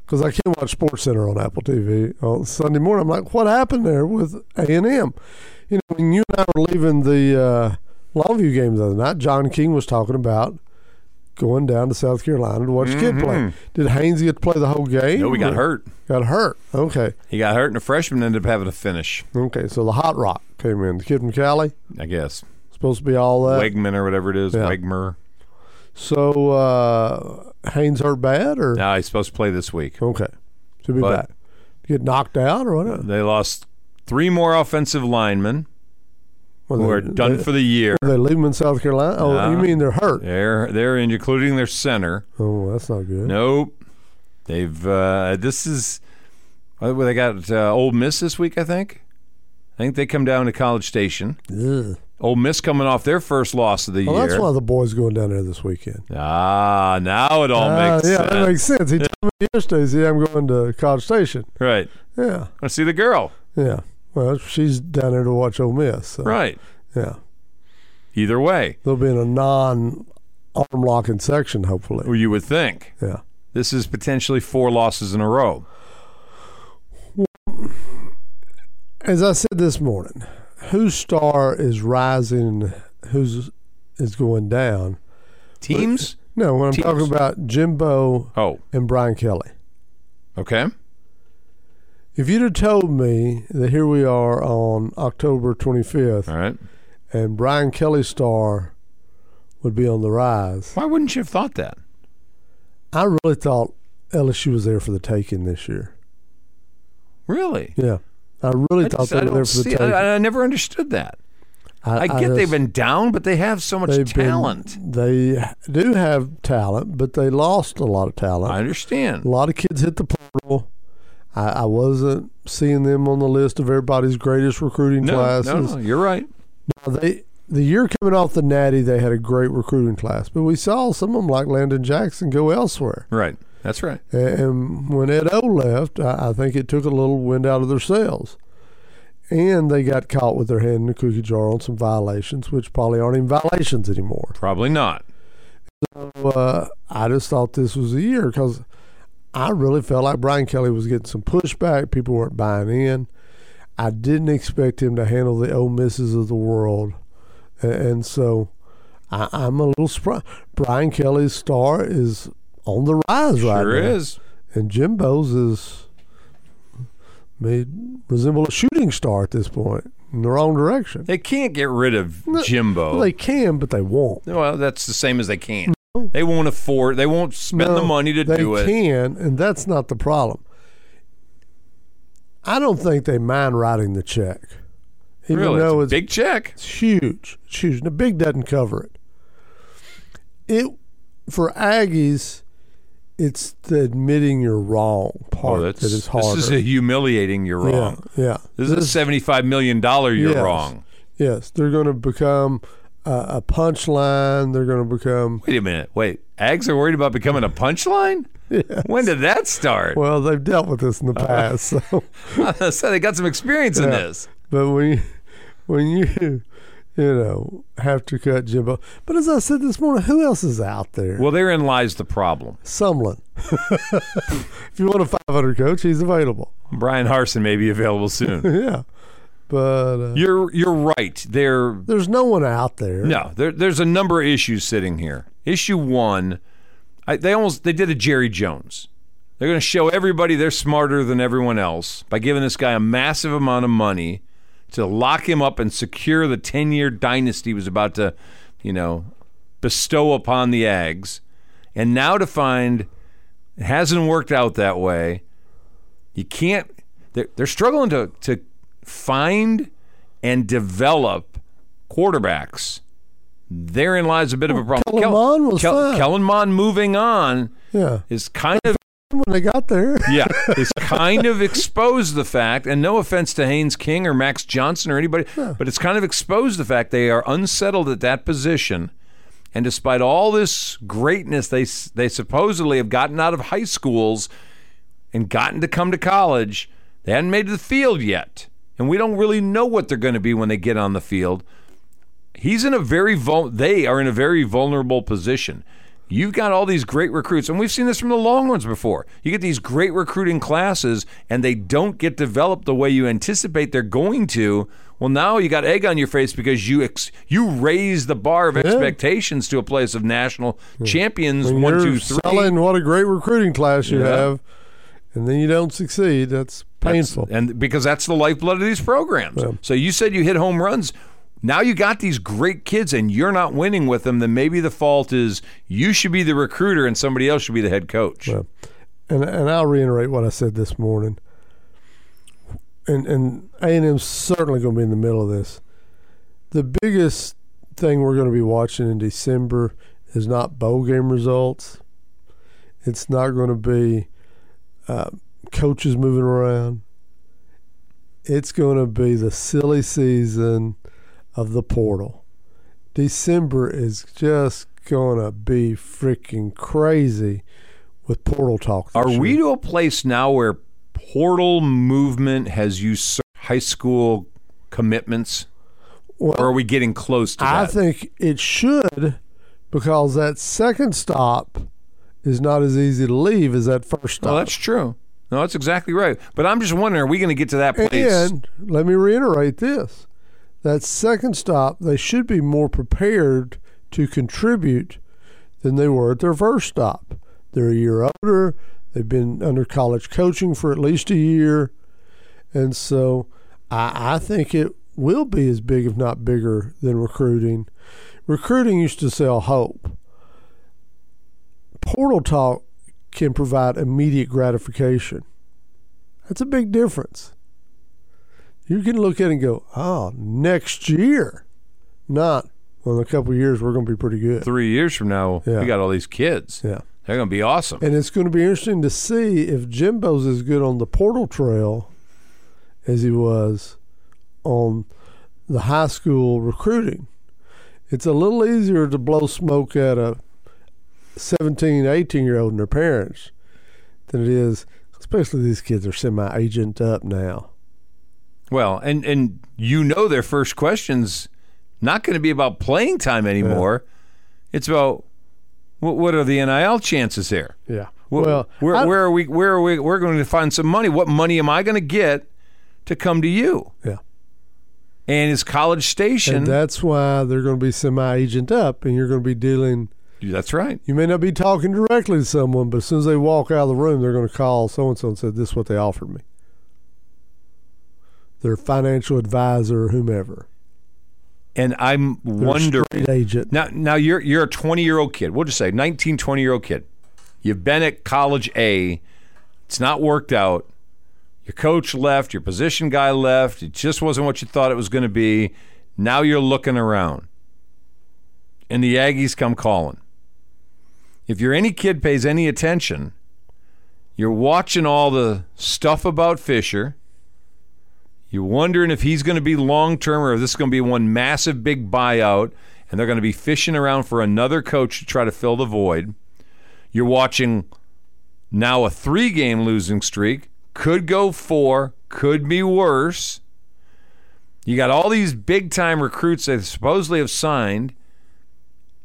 [SPEAKER 2] because I can't watch Sports Center on Apple TV on Sunday morning. I'm like, what happened there with A and M? You know, when you and I were leaving the uh, Longview game the other night, John King was talking about. Going down to South Carolina to watch kid play. Did Haynes get to play the whole game?
[SPEAKER 1] Mm-hmm. No, we got
[SPEAKER 2] or-
[SPEAKER 1] hurt.
[SPEAKER 2] Got hurt. Okay.
[SPEAKER 1] He got hurt, and the freshman ended up having to finish,
[SPEAKER 2] Okay, so the Hot Rock came in. The kid from Cali,
[SPEAKER 1] I guess.
[SPEAKER 2] supposed to be all that.
[SPEAKER 1] Wegman or whatever it is,
[SPEAKER 2] Uh, yeah.
[SPEAKER 1] Wegmer.
[SPEAKER 2] So uh Haynes hurt bad or
[SPEAKER 1] Now he's supposed to play this week.
[SPEAKER 2] okay. To be
[SPEAKER 1] But-
[SPEAKER 2] back. Get knocked out or whatever.
[SPEAKER 1] They lost three more offensive linemen
[SPEAKER 2] Well,
[SPEAKER 1] who are
[SPEAKER 2] they,
[SPEAKER 1] done
[SPEAKER 2] they,
[SPEAKER 1] for the year.
[SPEAKER 2] they leave them in South Carolina. Oh,
[SPEAKER 1] Nah.
[SPEAKER 2] you mean they're hurt?
[SPEAKER 1] They're they're in, including their center.
[SPEAKER 2] Oh, that's not good.
[SPEAKER 1] Nope. They've uh, this is uh, well, they got uh, Ole Miss this week. I think. I think they come down to College Station.
[SPEAKER 2] Ugh.
[SPEAKER 1] Ole Miss coming off their first loss of the
[SPEAKER 2] Well,
[SPEAKER 1] year.
[SPEAKER 2] that's why the boys going down there this weekend.
[SPEAKER 1] Ah, now it all
[SPEAKER 2] Ah,
[SPEAKER 1] makes
[SPEAKER 2] yeah,
[SPEAKER 1] sense.
[SPEAKER 2] that makes sense. He told me yesterday, he said, I'm going to College Station.
[SPEAKER 1] right.
[SPEAKER 2] Yeah,
[SPEAKER 1] I see the girl.
[SPEAKER 2] yeah. Well, she's down there to watch Ole Miss. So,
[SPEAKER 1] Right.
[SPEAKER 2] Yeah.
[SPEAKER 1] Either way,
[SPEAKER 2] They'll be in a non arm locking section, hopefully.
[SPEAKER 1] you would think.
[SPEAKER 2] Yeah.
[SPEAKER 1] This is potentially four losses in a row.
[SPEAKER 2] As I said this morning, whose star is rising, whose is going down?
[SPEAKER 1] Teams?
[SPEAKER 2] No, when I'm
[SPEAKER 1] Teams.
[SPEAKER 2] talking about Jimbo
[SPEAKER 1] Oh,
[SPEAKER 2] and Brian Kelly.
[SPEAKER 1] okay.
[SPEAKER 2] If you'd have told me that here we are on October 25th
[SPEAKER 1] All right.
[SPEAKER 2] and Brian Kelly's star would be on the rise,
[SPEAKER 1] Why wouldn't you have thought that?
[SPEAKER 2] I really thought LSU was there for the taking this year.
[SPEAKER 1] Really?
[SPEAKER 2] Yeah. I really
[SPEAKER 1] I,
[SPEAKER 2] thought
[SPEAKER 1] just-
[SPEAKER 2] they
[SPEAKER 1] I
[SPEAKER 2] were there
[SPEAKER 1] don't
[SPEAKER 2] for the
[SPEAKER 1] see.
[SPEAKER 2] taking.
[SPEAKER 1] I, I never understood that. I, get
[SPEAKER 2] just-
[SPEAKER 1] they've been down, but they have so much
[SPEAKER 2] they've been-
[SPEAKER 1] talent.
[SPEAKER 2] they do have talent, but they lost a lot of talent.
[SPEAKER 1] I understand.
[SPEAKER 2] A lot of kids hit the portal. I, I wasn't seeing them on the list of everybody's greatest recruiting
[SPEAKER 1] No, no,
[SPEAKER 2] classes.
[SPEAKER 1] no, you're right.
[SPEAKER 2] They the year coming off the Natty, they had a great recruiting class, but we saw some of them like Landon Jackson go elsewhere.
[SPEAKER 1] Right. That's right.
[SPEAKER 2] And when Ed O left, I I think it took a little wind out of their sails. And they got caught with their hand in the cookie jar on some violations, which probably aren't even violations anymore.
[SPEAKER 1] Probably not.
[SPEAKER 2] So uh, I just thought this was a year because I really felt like Brian Kelly was getting some pushback. People weren't buying in. I didn't expect him to handle the old misses of the world. A- And so I, I'm a little surprised. Brian Kelly's star is on the rise right
[SPEAKER 1] Sure
[SPEAKER 2] now.
[SPEAKER 1] is.
[SPEAKER 2] And Jimbo's is may resemble a shooting star at this point in the wrong direction.
[SPEAKER 1] They can't get rid of Jimbo.
[SPEAKER 2] They can, but they won't.
[SPEAKER 1] well, that's the same as they can. not They won't afford. They won't spend the
[SPEAKER 2] No,
[SPEAKER 1] money to
[SPEAKER 2] they
[SPEAKER 1] do it.
[SPEAKER 2] can, and that's not the problem. I don't think they mind writing the check, even
[SPEAKER 1] Really,
[SPEAKER 2] though
[SPEAKER 1] it's
[SPEAKER 2] it's,
[SPEAKER 1] a big check.
[SPEAKER 2] it's huge. It's huge. And the big doesn't cover it. It for Aggies, it's the admitting you're wrong part
[SPEAKER 1] Oh,
[SPEAKER 2] that
[SPEAKER 1] that's
[SPEAKER 2] is harder.
[SPEAKER 1] This is a humiliating. You're wrong.
[SPEAKER 2] Yeah, yeah.
[SPEAKER 1] This, is a seventy-five million dollar. You're
[SPEAKER 2] Yes.
[SPEAKER 1] wrong.
[SPEAKER 2] Yes, they're going to become uh, a punchline. They're going to become
[SPEAKER 1] Wait a minute. Wait. Ags are worried about becoming a punchline. When did that start?
[SPEAKER 2] well. They've dealt with this in the
[SPEAKER 1] Uh,
[SPEAKER 2] past, so.
[SPEAKER 1] so they got some experience in
[SPEAKER 2] Yeah.
[SPEAKER 1] this.
[SPEAKER 2] But when you, when you, you know, have to cut Jimbo. But as I said this morning, who else is out there?
[SPEAKER 1] Well, therein lies the problem.
[SPEAKER 2] Sumlin. if you want a 500 coach, he's available.
[SPEAKER 1] Brian Harson may be available soon.
[SPEAKER 2] yeah. But uh,
[SPEAKER 1] you're you're right. They're
[SPEAKER 2] there's no one out there.
[SPEAKER 1] No, there, there's a number of issues sitting here. Issue one, I, they almost they did a Jerry Jones. They're going to show everybody they're smarter than everyone else by giving this guy a massive amount of money to lock him up and secure the 10-year dynasty he was about to, you know, bestow upon the Ags. And now to find it hasn't worked out that way. You can't. They're, they're struggling to to find and develop quarterbacks. Therein lies a bit of a problem.
[SPEAKER 2] Oh, Kellen Mond was fine.
[SPEAKER 1] Kellen Mond moving on
[SPEAKER 2] Yeah.
[SPEAKER 1] is kind of
[SPEAKER 2] When they got there,
[SPEAKER 1] yeah is kind of exposed the fact. And no offense to Haynes King or Max Johnson or anybody, but it's kind of exposed the fact they are unsettled at that position. And despite all this greatness they s- they supposedly have gotten out of high schools, and gotten to come to college. They hadn't made the field yet. And we don't really know what they're going to be when they get on the field. He's in a very vul- they are in a very vulnerable position. You've got all these great recruits, and we've seen this from the Longhorns before. You get these great recruiting classes, and they don't get developed the way you anticipate they're going to. Well, now you got egg on your face because you ex- you raise the bar of expectations to a place of national champions.
[SPEAKER 2] when
[SPEAKER 1] one,
[SPEAKER 2] you're
[SPEAKER 1] two, three.
[SPEAKER 2] selling what a great recruiting class you
[SPEAKER 1] Yeah.
[SPEAKER 2] have, and then you don't succeed, that's
[SPEAKER 1] That's-
[SPEAKER 2] painful.
[SPEAKER 1] and because that's the lifeblood of these programs. So you said you hit home runs. Now you got these great kids and you're not winning with them, then maybe the fault is you should be the recruiter and somebody else should be the head coach.
[SPEAKER 2] Yeah. and and I'll reiterate what I said this morning. And and A and M's certainly going to be in the middle of this. The biggest thing we're going to be watching in December is not bowl game results. It's not going to be uh, coaches moving around. It's going to be the silly season of the portal. December is just going to be freaking crazy with portal talk. this
[SPEAKER 1] Are
[SPEAKER 2] year.
[SPEAKER 1] we to a place now where portal movement has usurped high school commitments?
[SPEAKER 2] Well,
[SPEAKER 1] or are we getting close to
[SPEAKER 2] I
[SPEAKER 1] that?
[SPEAKER 2] think it should because that second stop is not as easy to leave as that first
[SPEAKER 1] well,
[SPEAKER 2] stop.
[SPEAKER 1] that's true. No, that's exactly right. But I'm just wondering, are we going to get to that place?
[SPEAKER 2] and let me reiterate this that second stop, they should be more prepared to contribute than they were at their first stop. They're a year older, they've been under college coaching for at least a year. And so I, I think it will be as big, if not bigger, than recruiting. Recruiting used to sell hope. Portal talk can provide immediate gratification. That's a big difference. You can look at it and go, oh, next year. Not, well, in a couple of years, we're going to be pretty good.
[SPEAKER 1] Three years from now,
[SPEAKER 2] Yeah.
[SPEAKER 1] we got all these kids.
[SPEAKER 2] Yeah.
[SPEAKER 1] They're going to be awesome.
[SPEAKER 2] And it's going to be interesting to see if Jimbo's as good on the portal trail as he was on the high school recruiting. It's a little easier to blow smoke at a 17, 18 year old and their parents than it is, especially these kids are semi agent up now.
[SPEAKER 1] Well, and and you know their first questions not going to be about playing time anymore. It's about what, what are the NIL chances here?
[SPEAKER 2] Yeah.
[SPEAKER 1] Wh-
[SPEAKER 2] Well,
[SPEAKER 1] where,
[SPEAKER 2] I-
[SPEAKER 1] where are we? Where are we? We're going to find some money. What money am I going to get to come to you?
[SPEAKER 2] Yeah.
[SPEAKER 1] And is College Station?
[SPEAKER 2] And that's why they're going to be semi agent up, and you're going to be dealing.
[SPEAKER 1] that's right.
[SPEAKER 2] You may not be talking directly to someone, but as soon as they walk out of the room, they're going to call so and so and say, This is what they offered me. Their financial advisor, whomever.
[SPEAKER 1] And I'm
[SPEAKER 2] They're a
[SPEAKER 1] wondering.
[SPEAKER 2] straight agent.
[SPEAKER 1] Now, now you're you're a 20 year old kid. We'll just say 19, 20 year old kid. You've been at college A. It's not worked out. Your coach left. Your position guy left. It just wasn't what you thought it was going to be. Now you're looking around, and the Aggies come calling. If you're any kid pays any attention, you're watching all the stuff about Fisher. You're wondering if he's going to be long term or if this is going to be one massive big buyout and they're going to be fishing around for another coach to try to fill the void. You're watching now a three game losing streak, could go four, could be worse. You got all these big time recruits they supposedly have signed,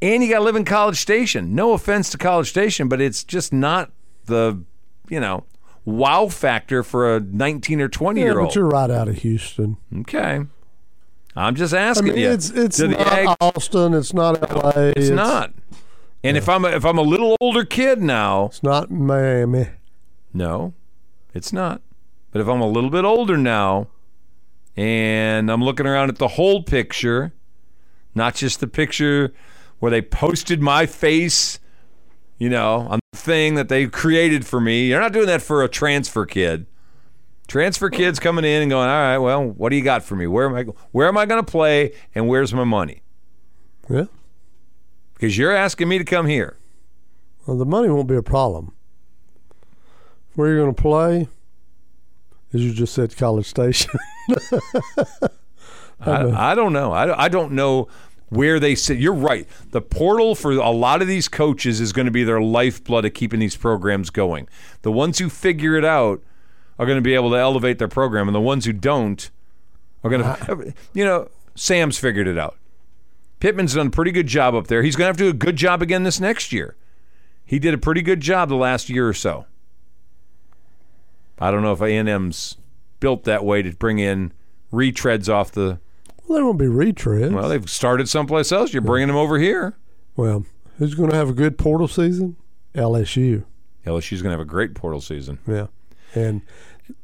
[SPEAKER 1] and you got to live in College Station. No offense to College Station, but it's just not the, you know, wow factor for a 19 or 20
[SPEAKER 2] Yeah,
[SPEAKER 1] year old.
[SPEAKER 2] but you're right out of Houston.
[SPEAKER 1] Okay. I'm just
[SPEAKER 2] I
[SPEAKER 1] asking
[SPEAKER 2] mean,
[SPEAKER 1] you.
[SPEAKER 2] it's it's
[SPEAKER 1] Do the
[SPEAKER 2] not
[SPEAKER 1] Ag-
[SPEAKER 2] Austin. It's not LA.
[SPEAKER 1] it's, not. And if I'm a, if I'm a little older kid now,
[SPEAKER 2] It's not Miami.
[SPEAKER 1] no, it's not. But if I'm a little bit older now, and I'm looking around at the whole picture, not just the picture where they posted my face, you know, on the thing that they created for me. You're not doing that for a transfer kid. Transfer kids coming in and going, all right, well, what do you got for me? Where am I? Where am I going to play? And where's my money?
[SPEAKER 2] Yeah.
[SPEAKER 1] because you're asking me to come here.
[SPEAKER 2] Well, the money won't be a problem. Where you're going to play, as you just said, College Station.
[SPEAKER 1] I, I don't know. I, don't- I don't know where they sit. You're right. The portal for a lot of these coaches is going to be their lifeblood of keeping these programs going. The ones who figure it out are going to be able to elevate their program, and the ones who don't are going to. You know, Sam's figured it out. Pittman's done a pretty good job up there. He's going to have to do a good job again this next year. He did a pretty good job the last year or so. I don't know if A&M's built that way to bring in retreads off the
[SPEAKER 2] well, there won't be retreads.
[SPEAKER 1] well, they've started someplace else. You're bringing them over here.
[SPEAKER 2] Well, who's going to have a good portal season? LSU.
[SPEAKER 1] LSU's going to have a great portal season.
[SPEAKER 2] Yeah. And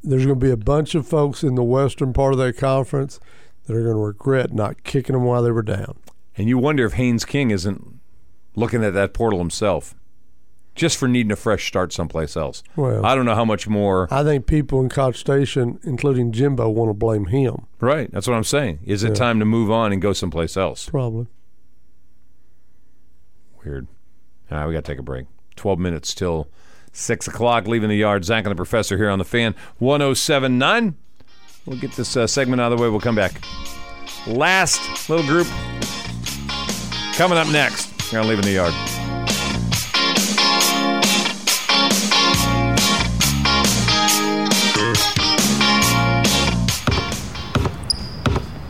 [SPEAKER 2] there's going to be a bunch of folks in the western part of that conference that are going to regret not kicking them while they were down.
[SPEAKER 1] And you wonder if Haynes King isn't looking at that portal himself just for needing a fresh start someplace else.
[SPEAKER 2] Well-
[SPEAKER 1] I don't know how much more.
[SPEAKER 2] I think people in College Station, including Jimbo, want to blame him.
[SPEAKER 1] Right. That's what I'm saying. Is it time to move on and go someplace else?
[SPEAKER 2] Probably.
[SPEAKER 1] Weird. All right, we got to take a break. 12 minutes till 6 o'clock, leaving the yard. Zach and the professor here on the fan 1079. We'll get this uh, segment out of the way. We'll come back. Last little group coming up next. We're going to leave in the yard.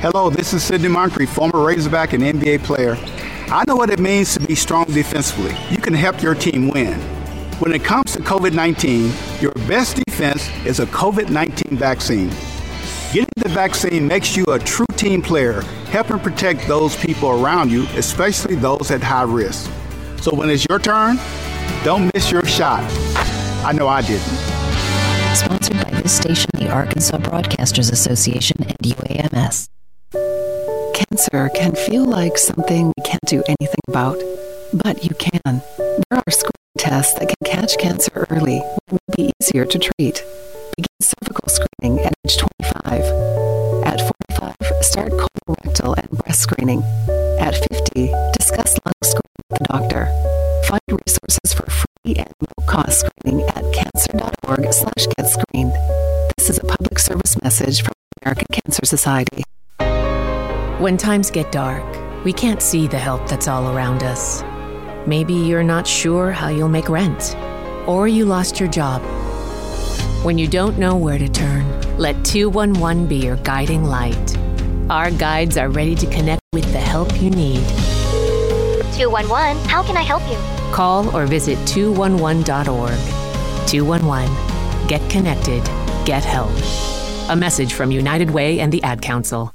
[SPEAKER 9] Hello, this is Sidney Moncrief, former Razorback and NBA player. I know what it means to be strong defensively. You can help your team win. When it comes to COVID 19, your best defense is a COVID 19 vaccine. Getting the vaccine makes you a true team player, helping protect those people around you, especially those at high risk. So when it's your turn, don't miss your shot. I know I didn't.
[SPEAKER 10] Sponsored by this station, the Arkansas Broadcasters Association, and UAMS. Cancer cancer can feel like something we can't do anything about, but you can. There are screening tests that can catch cancer early when it will be easier to treat. Begin cervical screening at age 25. At 45, start colorectal and breast screening. At 50, discuss lung screening with the doctor. Find resources for free and low-cost screening at cancer.org slash getscreened. This is a public service message from the American Cancer Society.
[SPEAKER 11] When times get dark, we can't see the help that's all around us. Maybe you're not sure how you'll make rent, or you lost your job. When you don't know where to turn, let 211 be your guiding light. Our guides are ready to connect with the help you need.
[SPEAKER 12] 211, how can I help you?
[SPEAKER 11] Call or visit 211.org. 211. Get connected. Get help. A message from United Way and the Ad Council.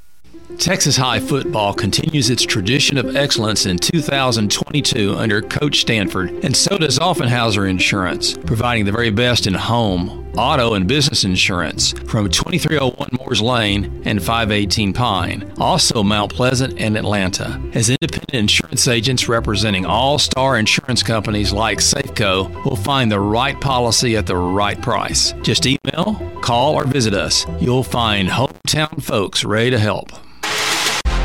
[SPEAKER 13] Texas High football continues its tradition of excellence in 2022 under Coach Stanford, and so does Offenhauser Insurance, providing the very best in home, auto, and business insurance from 2301 Moores Lane and 518 Pine, also Mount Pleasant and Atlanta. As independent insurance agents representing all star insurance companies like Safeco, will find the right policy at the right price. Just email, call, or visit us. You'll find hometown folks ready to help.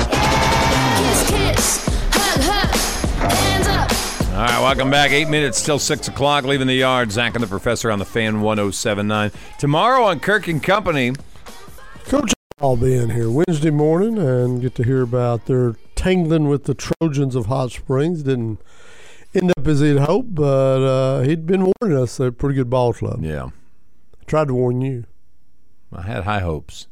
[SPEAKER 14] Kiss, kiss, hug, hug, hands up.
[SPEAKER 1] All right, welcome back. Eight minutes, still six o'clock, leaving the yard. Zach and the professor on the fan 1079. Tomorrow on Kirk and Company.
[SPEAKER 2] Coach, I'll be in here Wednesday morning and get to hear about their tangling with the Trojans of Hot Springs. Didn't end up as he'd hoped, but uh, he'd been warning us. They're a pretty good ball club.
[SPEAKER 1] Yeah.
[SPEAKER 2] I tried to warn you.
[SPEAKER 1] I had high hopes.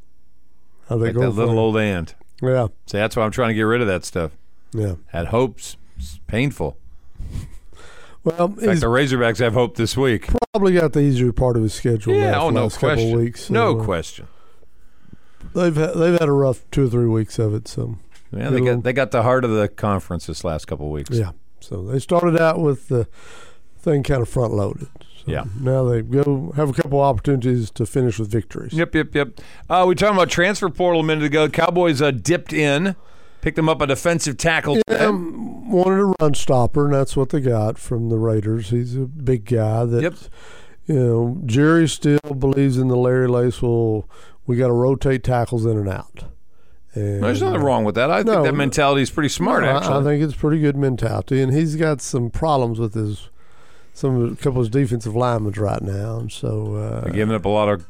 [SPEAKER 2] How they
[SPEAKER 1] Like
[SPEAKER 2] go
[SPEAKER 1] that
[SPEAKER 2] for
[SPEAKER 1] little
[SPEAKER 2] it.
[SPEAKER 1] old ant.
[SPEAKER 2] Yeah.
[SPEAKER 1] See, that's why I'm trying to get rid of that stuff.
[SPEAKER 2] Yeah.
[SPEAKER 1] Had hopes. It's painful.
[SPEAKER 2] Well,
[SPEAKER 1] In fact,
[SPEAKER 2] he's
[SPEAKER 1] the Razorbacks have hope this week.
[SPEAKER 2] probably got the easier part of his schedule.
[SPEAKER 1] Yeah,
[SPEAKER 2] now for
[SPEAKER 1] oh,
[SPEAKER 2] the
[SPEAKER 1] no
[SPEAKER 2] last couple
[SPEAKER 1] question.
[SPEAKER 2] Weeks, so,
[SPEAKER 1] no
[SPEAKER 2] uh,
[SPEAKER 1] question.
[SPEAKER 2] They've had, they've had a rough two or three weeks of it. So
[SPEAKER 1] Yeah, they
[SPEAKER 2] it'll-
[SPEAKER 1] got, they got the heart of the conference this last couple of weeks.
[SPEAKER 2] Yeah. So they started out with the thing kind of front loaded. So
[SPEAKER 1] Yeah.
[SPEAKER 2] Now they go have a couple opportunities to finish with victories.
[SPEAKER 1] Yep, yep, yep. Uh, we were talking about transfer portal a minute ago. Cowboys uh, dipped in, picked them up a defensive tackle. today.
[SPEAKER 2] Wanted a run stopper, and that's what they got from the Raiders. He's a big guy. That you know, Jerry still believes in the Larry Lace. Well, we got to rotate tackles in and out. And uh,
[SPEAKER 1] There's nothing wrong with that. I
[SPEAKER 2] No,
[SPEAKER 1] think that mentality is pretty smart,
[SPEAKER 2] No, I-
[SPEAKER 1] actually.
[SPEAKER 2] I, think it's pretty good mentality, and he's got some problems with his some a couple of his defensive linemen right now, and so uh,
[SPEAKER 1] They're giving up a lot of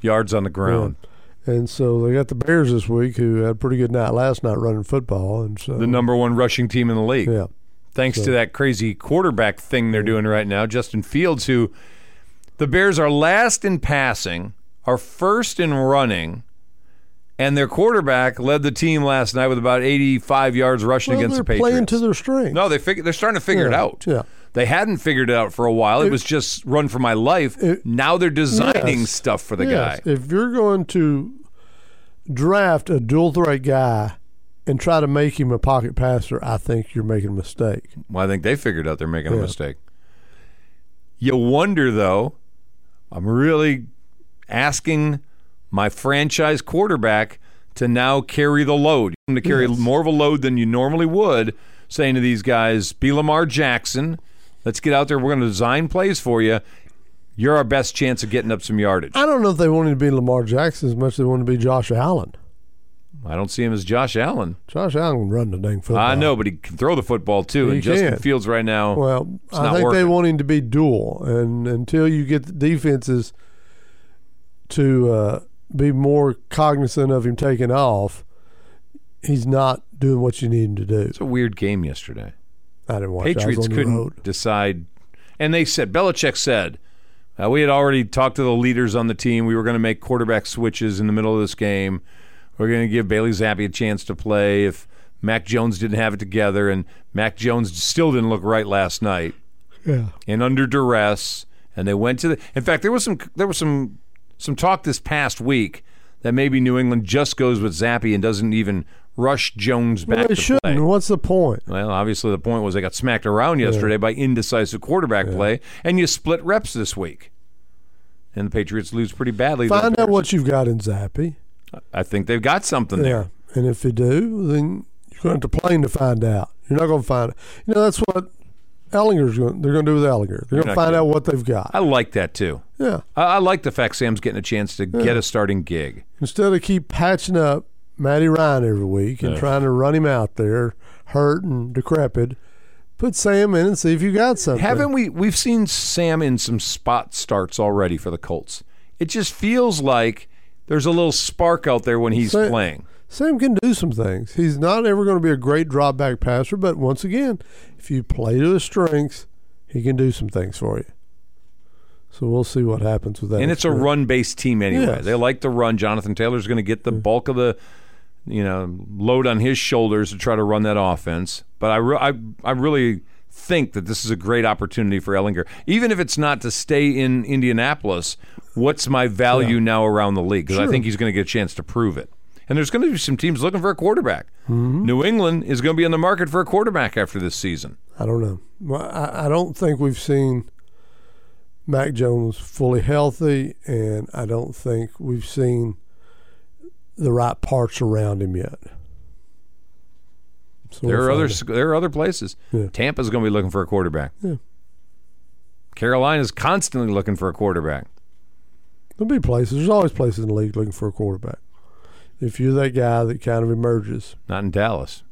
[SPEAKER 1] yards on the ground.
[SPEAKER 2] yeah. And so they got the Bears this week, who had a pretty good night last night running football, and so
[SPEAKER 1] The number one rushing team in the league.
[SPEAKER 2] Yeah.
[SPEAKER 1] Thanks to that crazy quarterback thing they're doing right now. Justin Fields, who the Bears are last in passing, are first in running, and their quarterback led the team last night with about 85 yards rushing
[SPEAKER 2] Well,
[SPEAKER 1] against
[SPEAKER 2] they're
[SPEAKER 1] the Patriots.
[SPEAKER 2] playing to their strength.
[SPEAKER 1] No, they fig- they're starting to figure it
[SPEAKER 2] Yeah,
[SPEAKER 1] out.
[SPEAKER 2] yeah.
[SPEAKER 1] They hadn't figured it out for a while. It,
[SPEAKER 2] It-
[SPEAKER 1] was just run for my life. now they're designing
[SPEAKER 2] Yes.
[SPEAKER 1] stuff for the
[SPEAKER 2] Yes.
[SPEAKER 1] guy.
[SPEAKER 2] If you're going to draft a dual threat guy and try to make him a pocket passer, I think you're making a mistake.
[SPEAKER 1] Well, I think they figured out they're making a
[SPEAKER 2] Yeah.
[SPEAKER 1] mistake. You wonder though, I'm really asking my franchise quarterback to now carry the load. To carry more of a load than you normally would, saying to these guys, be Lamar Jackson, let's get out there, we're gonna design plays for you. You're our best chance of getting up some yardage.
[SPEAKER 2] I don't know if they wanted to be Lamar Jackson as much as they wanted to be Josh Allen.
[SPEAKER 1] I don't see him as Josh Allen.
[SPEAKER 2] Josh Allen can run the dang football.
[SPEAKER 1] I know, but he can throw the football too.
[SPEAKER 2] He
[SPEAKER 1] and Justin
[SPEAKER 2] can.
[SPEAKER 1] Fields right now,
[SPEAKER 2] Well,
[SPEAKER 1] it's
[SPEAKER 2] I
[SPEAKER 1] not
[SPEAKER 2] think
[SPEAKER 1] working.
[SPEAKER 2] they want him to be dual, and until you get the defenses to uh, be more cognizant of him taking off, he's not doing what you need him to do.
[SPEAKER 1] It's a weird game yesterday.
[SPEAKER 2] I didn't watch. it. I was
[SPEAKER 1] Patriots
[SPEAKER 2] on the road.
[SPEAKER 1] couldn't decide, and they said Belichick said, Uh, we had already talked to the leaders on the team. We were going to make quarterback switches in the middle of this game. We're going to give Bailey Zappi a chance to play if Mac Jones didn't have it together, and Mac Jones still didn't look right last night.
[SPEAKER 2] Yeah.
[SPEAKER 1] And under duress, and they went to the. In fact, there was some there was some some talk this past week that maybe New England just goes with Zappi and doesn't even rush Jones back
[SPEAKER 2] Well, they
[SPEAKER 1] to
[SPEAKER 2] shouldn't.
[SPEAKER 1] play.
[SPEAKER 2] What's the point?
[SPEAKER 1] Well, obviously the point was they got smacked around yesterday by indecisive quarterback play, and you split reps this week, and the Patriots lose pretty badly.
[SPEAKER 2] Find out what you've got in Zappy.
[SPEAKER 1] I think they've got something
[SPEAKER 2] Yeah.
[SPEAKER 1] there.
[SPEAKER 2] And if you do, then you're going to have to plane to find out. You're not going to find it. You know, that's what Ellinger's going they're going to do with Ellinger. They're
[SPEAKER 1] You're
[SPEAKER 2] going to
[SPEAKER 1] not
[SPEAKER 2] find
[SPEAKER 1] kidding.
[SPEAKER 2] out what they've got.
[SPEAKER 1] I like that too.
[SPEAKER 2] Yeah.
[SPEAKER 1] I, I like the fact Sam's getting a chance to get a starting gig.
[SPEAKER 2] Instead of keep patching up Matty Ryan every week and
[SPEAKER 1] Yeah.
[SPEAKER 2] trying to run him out there, hurt and decrepit, put Sam in and see if you got something.
[SPEAKER 1] Haven't we? We've seen Sam in some spot starts already for the Colts. It just feels like there's a little spark out there when he's
[SPEAKER 2] Sam-
[SPEAKER 1] playing.
[SPEAKER 2] Sam can do some things. He's not ever going to be a great drop back passer, but once again, if you play to his strengths, he can do some things for you. So we'll see what happens with that.
[SPEAKER 1] and it's a
[SPEAKER 2] experiment.
[SPEAKER 1] run based team anyway.
[SPEAKER 2] Yes.
[SPEAKER 1] They like to run. Jonathan Taylor's going to get the bulk of the you know load on his shoulders to try to run that offense. But I re- I, I really think that this is a great opportunity for Ellinger, even if it's not to stay in Indianapolis. What's my value now around the league? Because I
[SPEAKER 15] Sure.
[SPEAKER 1] think he's going to get a chance to prove it. And there's going to be some teams looking for a quarterback.
[SPEAKER 2] Mm-hmm.
[SPEAKER 1] New England is going to be on the market for a quarterback after this season.
[SPEAKER 2] I don't know. Well, I, I don't think we've seen Mac Jones fully healthy, and I don't think we've seen the right parts around him yet. So
[SPEAKER 1] there
[SPEAKER 2] we'll
[SPEAKER 1] are
[SPEAKER 2] find
[SPEAKER 1] other
[SPEAKER 2] out.
[SPEAKER 1] there are other places. Tampa's going to be looking for a quarterback.
[SPEAKER 2] Yeah.
[SPEAKER 1] Carolina's constantly looking for a quarterback.
[SPEAKER 2] There'll be places. There's always places in the league looking for a quarterback. If you're that guy that kind of emerges,
[SPEAKER 1] Not in Dallas.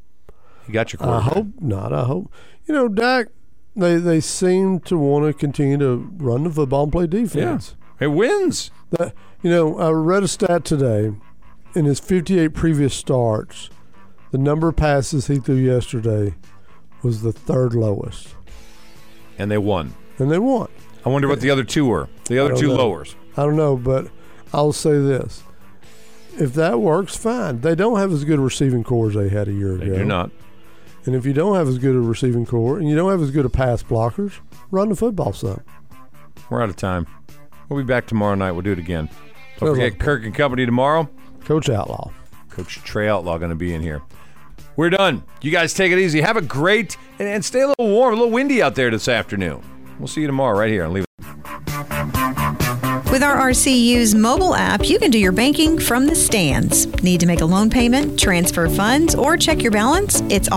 [SPEAKER 1] You got your
[SPEAKER 2] I
[SPEAKER 1] quarterback.
[SPEAKER 2] hope not. I hope you know Dak. They they seem to want to continue to run the football and play defense.
[SPEAKER 1] It wins.
[SPEAKER 2] That, you know, I read a stat today. In his 58 previous starts, the number of passes he threw yesterday was the third lowest,
[SPEAKER 1] And they won.
[SPEAKER 2] and they won.
[SPEAKER 1] I wonder what the other two were. The
[SPEAKER 2] I
[SPEAKER 1] other
[SPEAKER 2] don't
[SPEAKER 1] two
[SPEAKER 2] know.
[SPEAKER 1] lowers.
[SPEAKER 2] I don't know, but I'll say this. If that works, fine. They don't have as good a receiving core as they had a year ago.
[SPEAKER 1] do not.
[SPEAKER 2] And if you don't have as good a receiving core and you don't have as good a pass blockers, run the football some.
[SPEAKER 1] We're out of time. We'll be back tomorrow night. We'll do it again. Don't
[SPEAKER 2] Sounds
[SPEAKER 1] forget
[SPEAKER 2] like-
[SPEAKER 1] Kirk and Company tomorrow.
[SPEAKER 2] Coach Outlaw.
[SPEAKER 1] Coach Trey Outlaw going to be in here. We're done. You guys take it easy. Have a great and, and stay a little warm, a little windy out there this afternoon. We'll see you tomorrow right here. Leave it.
[SPEAKER 3] With our RCU's mobile app, you can do your banking from the stands. Need to make a loan payment, transfer funds, or check your balance? It's all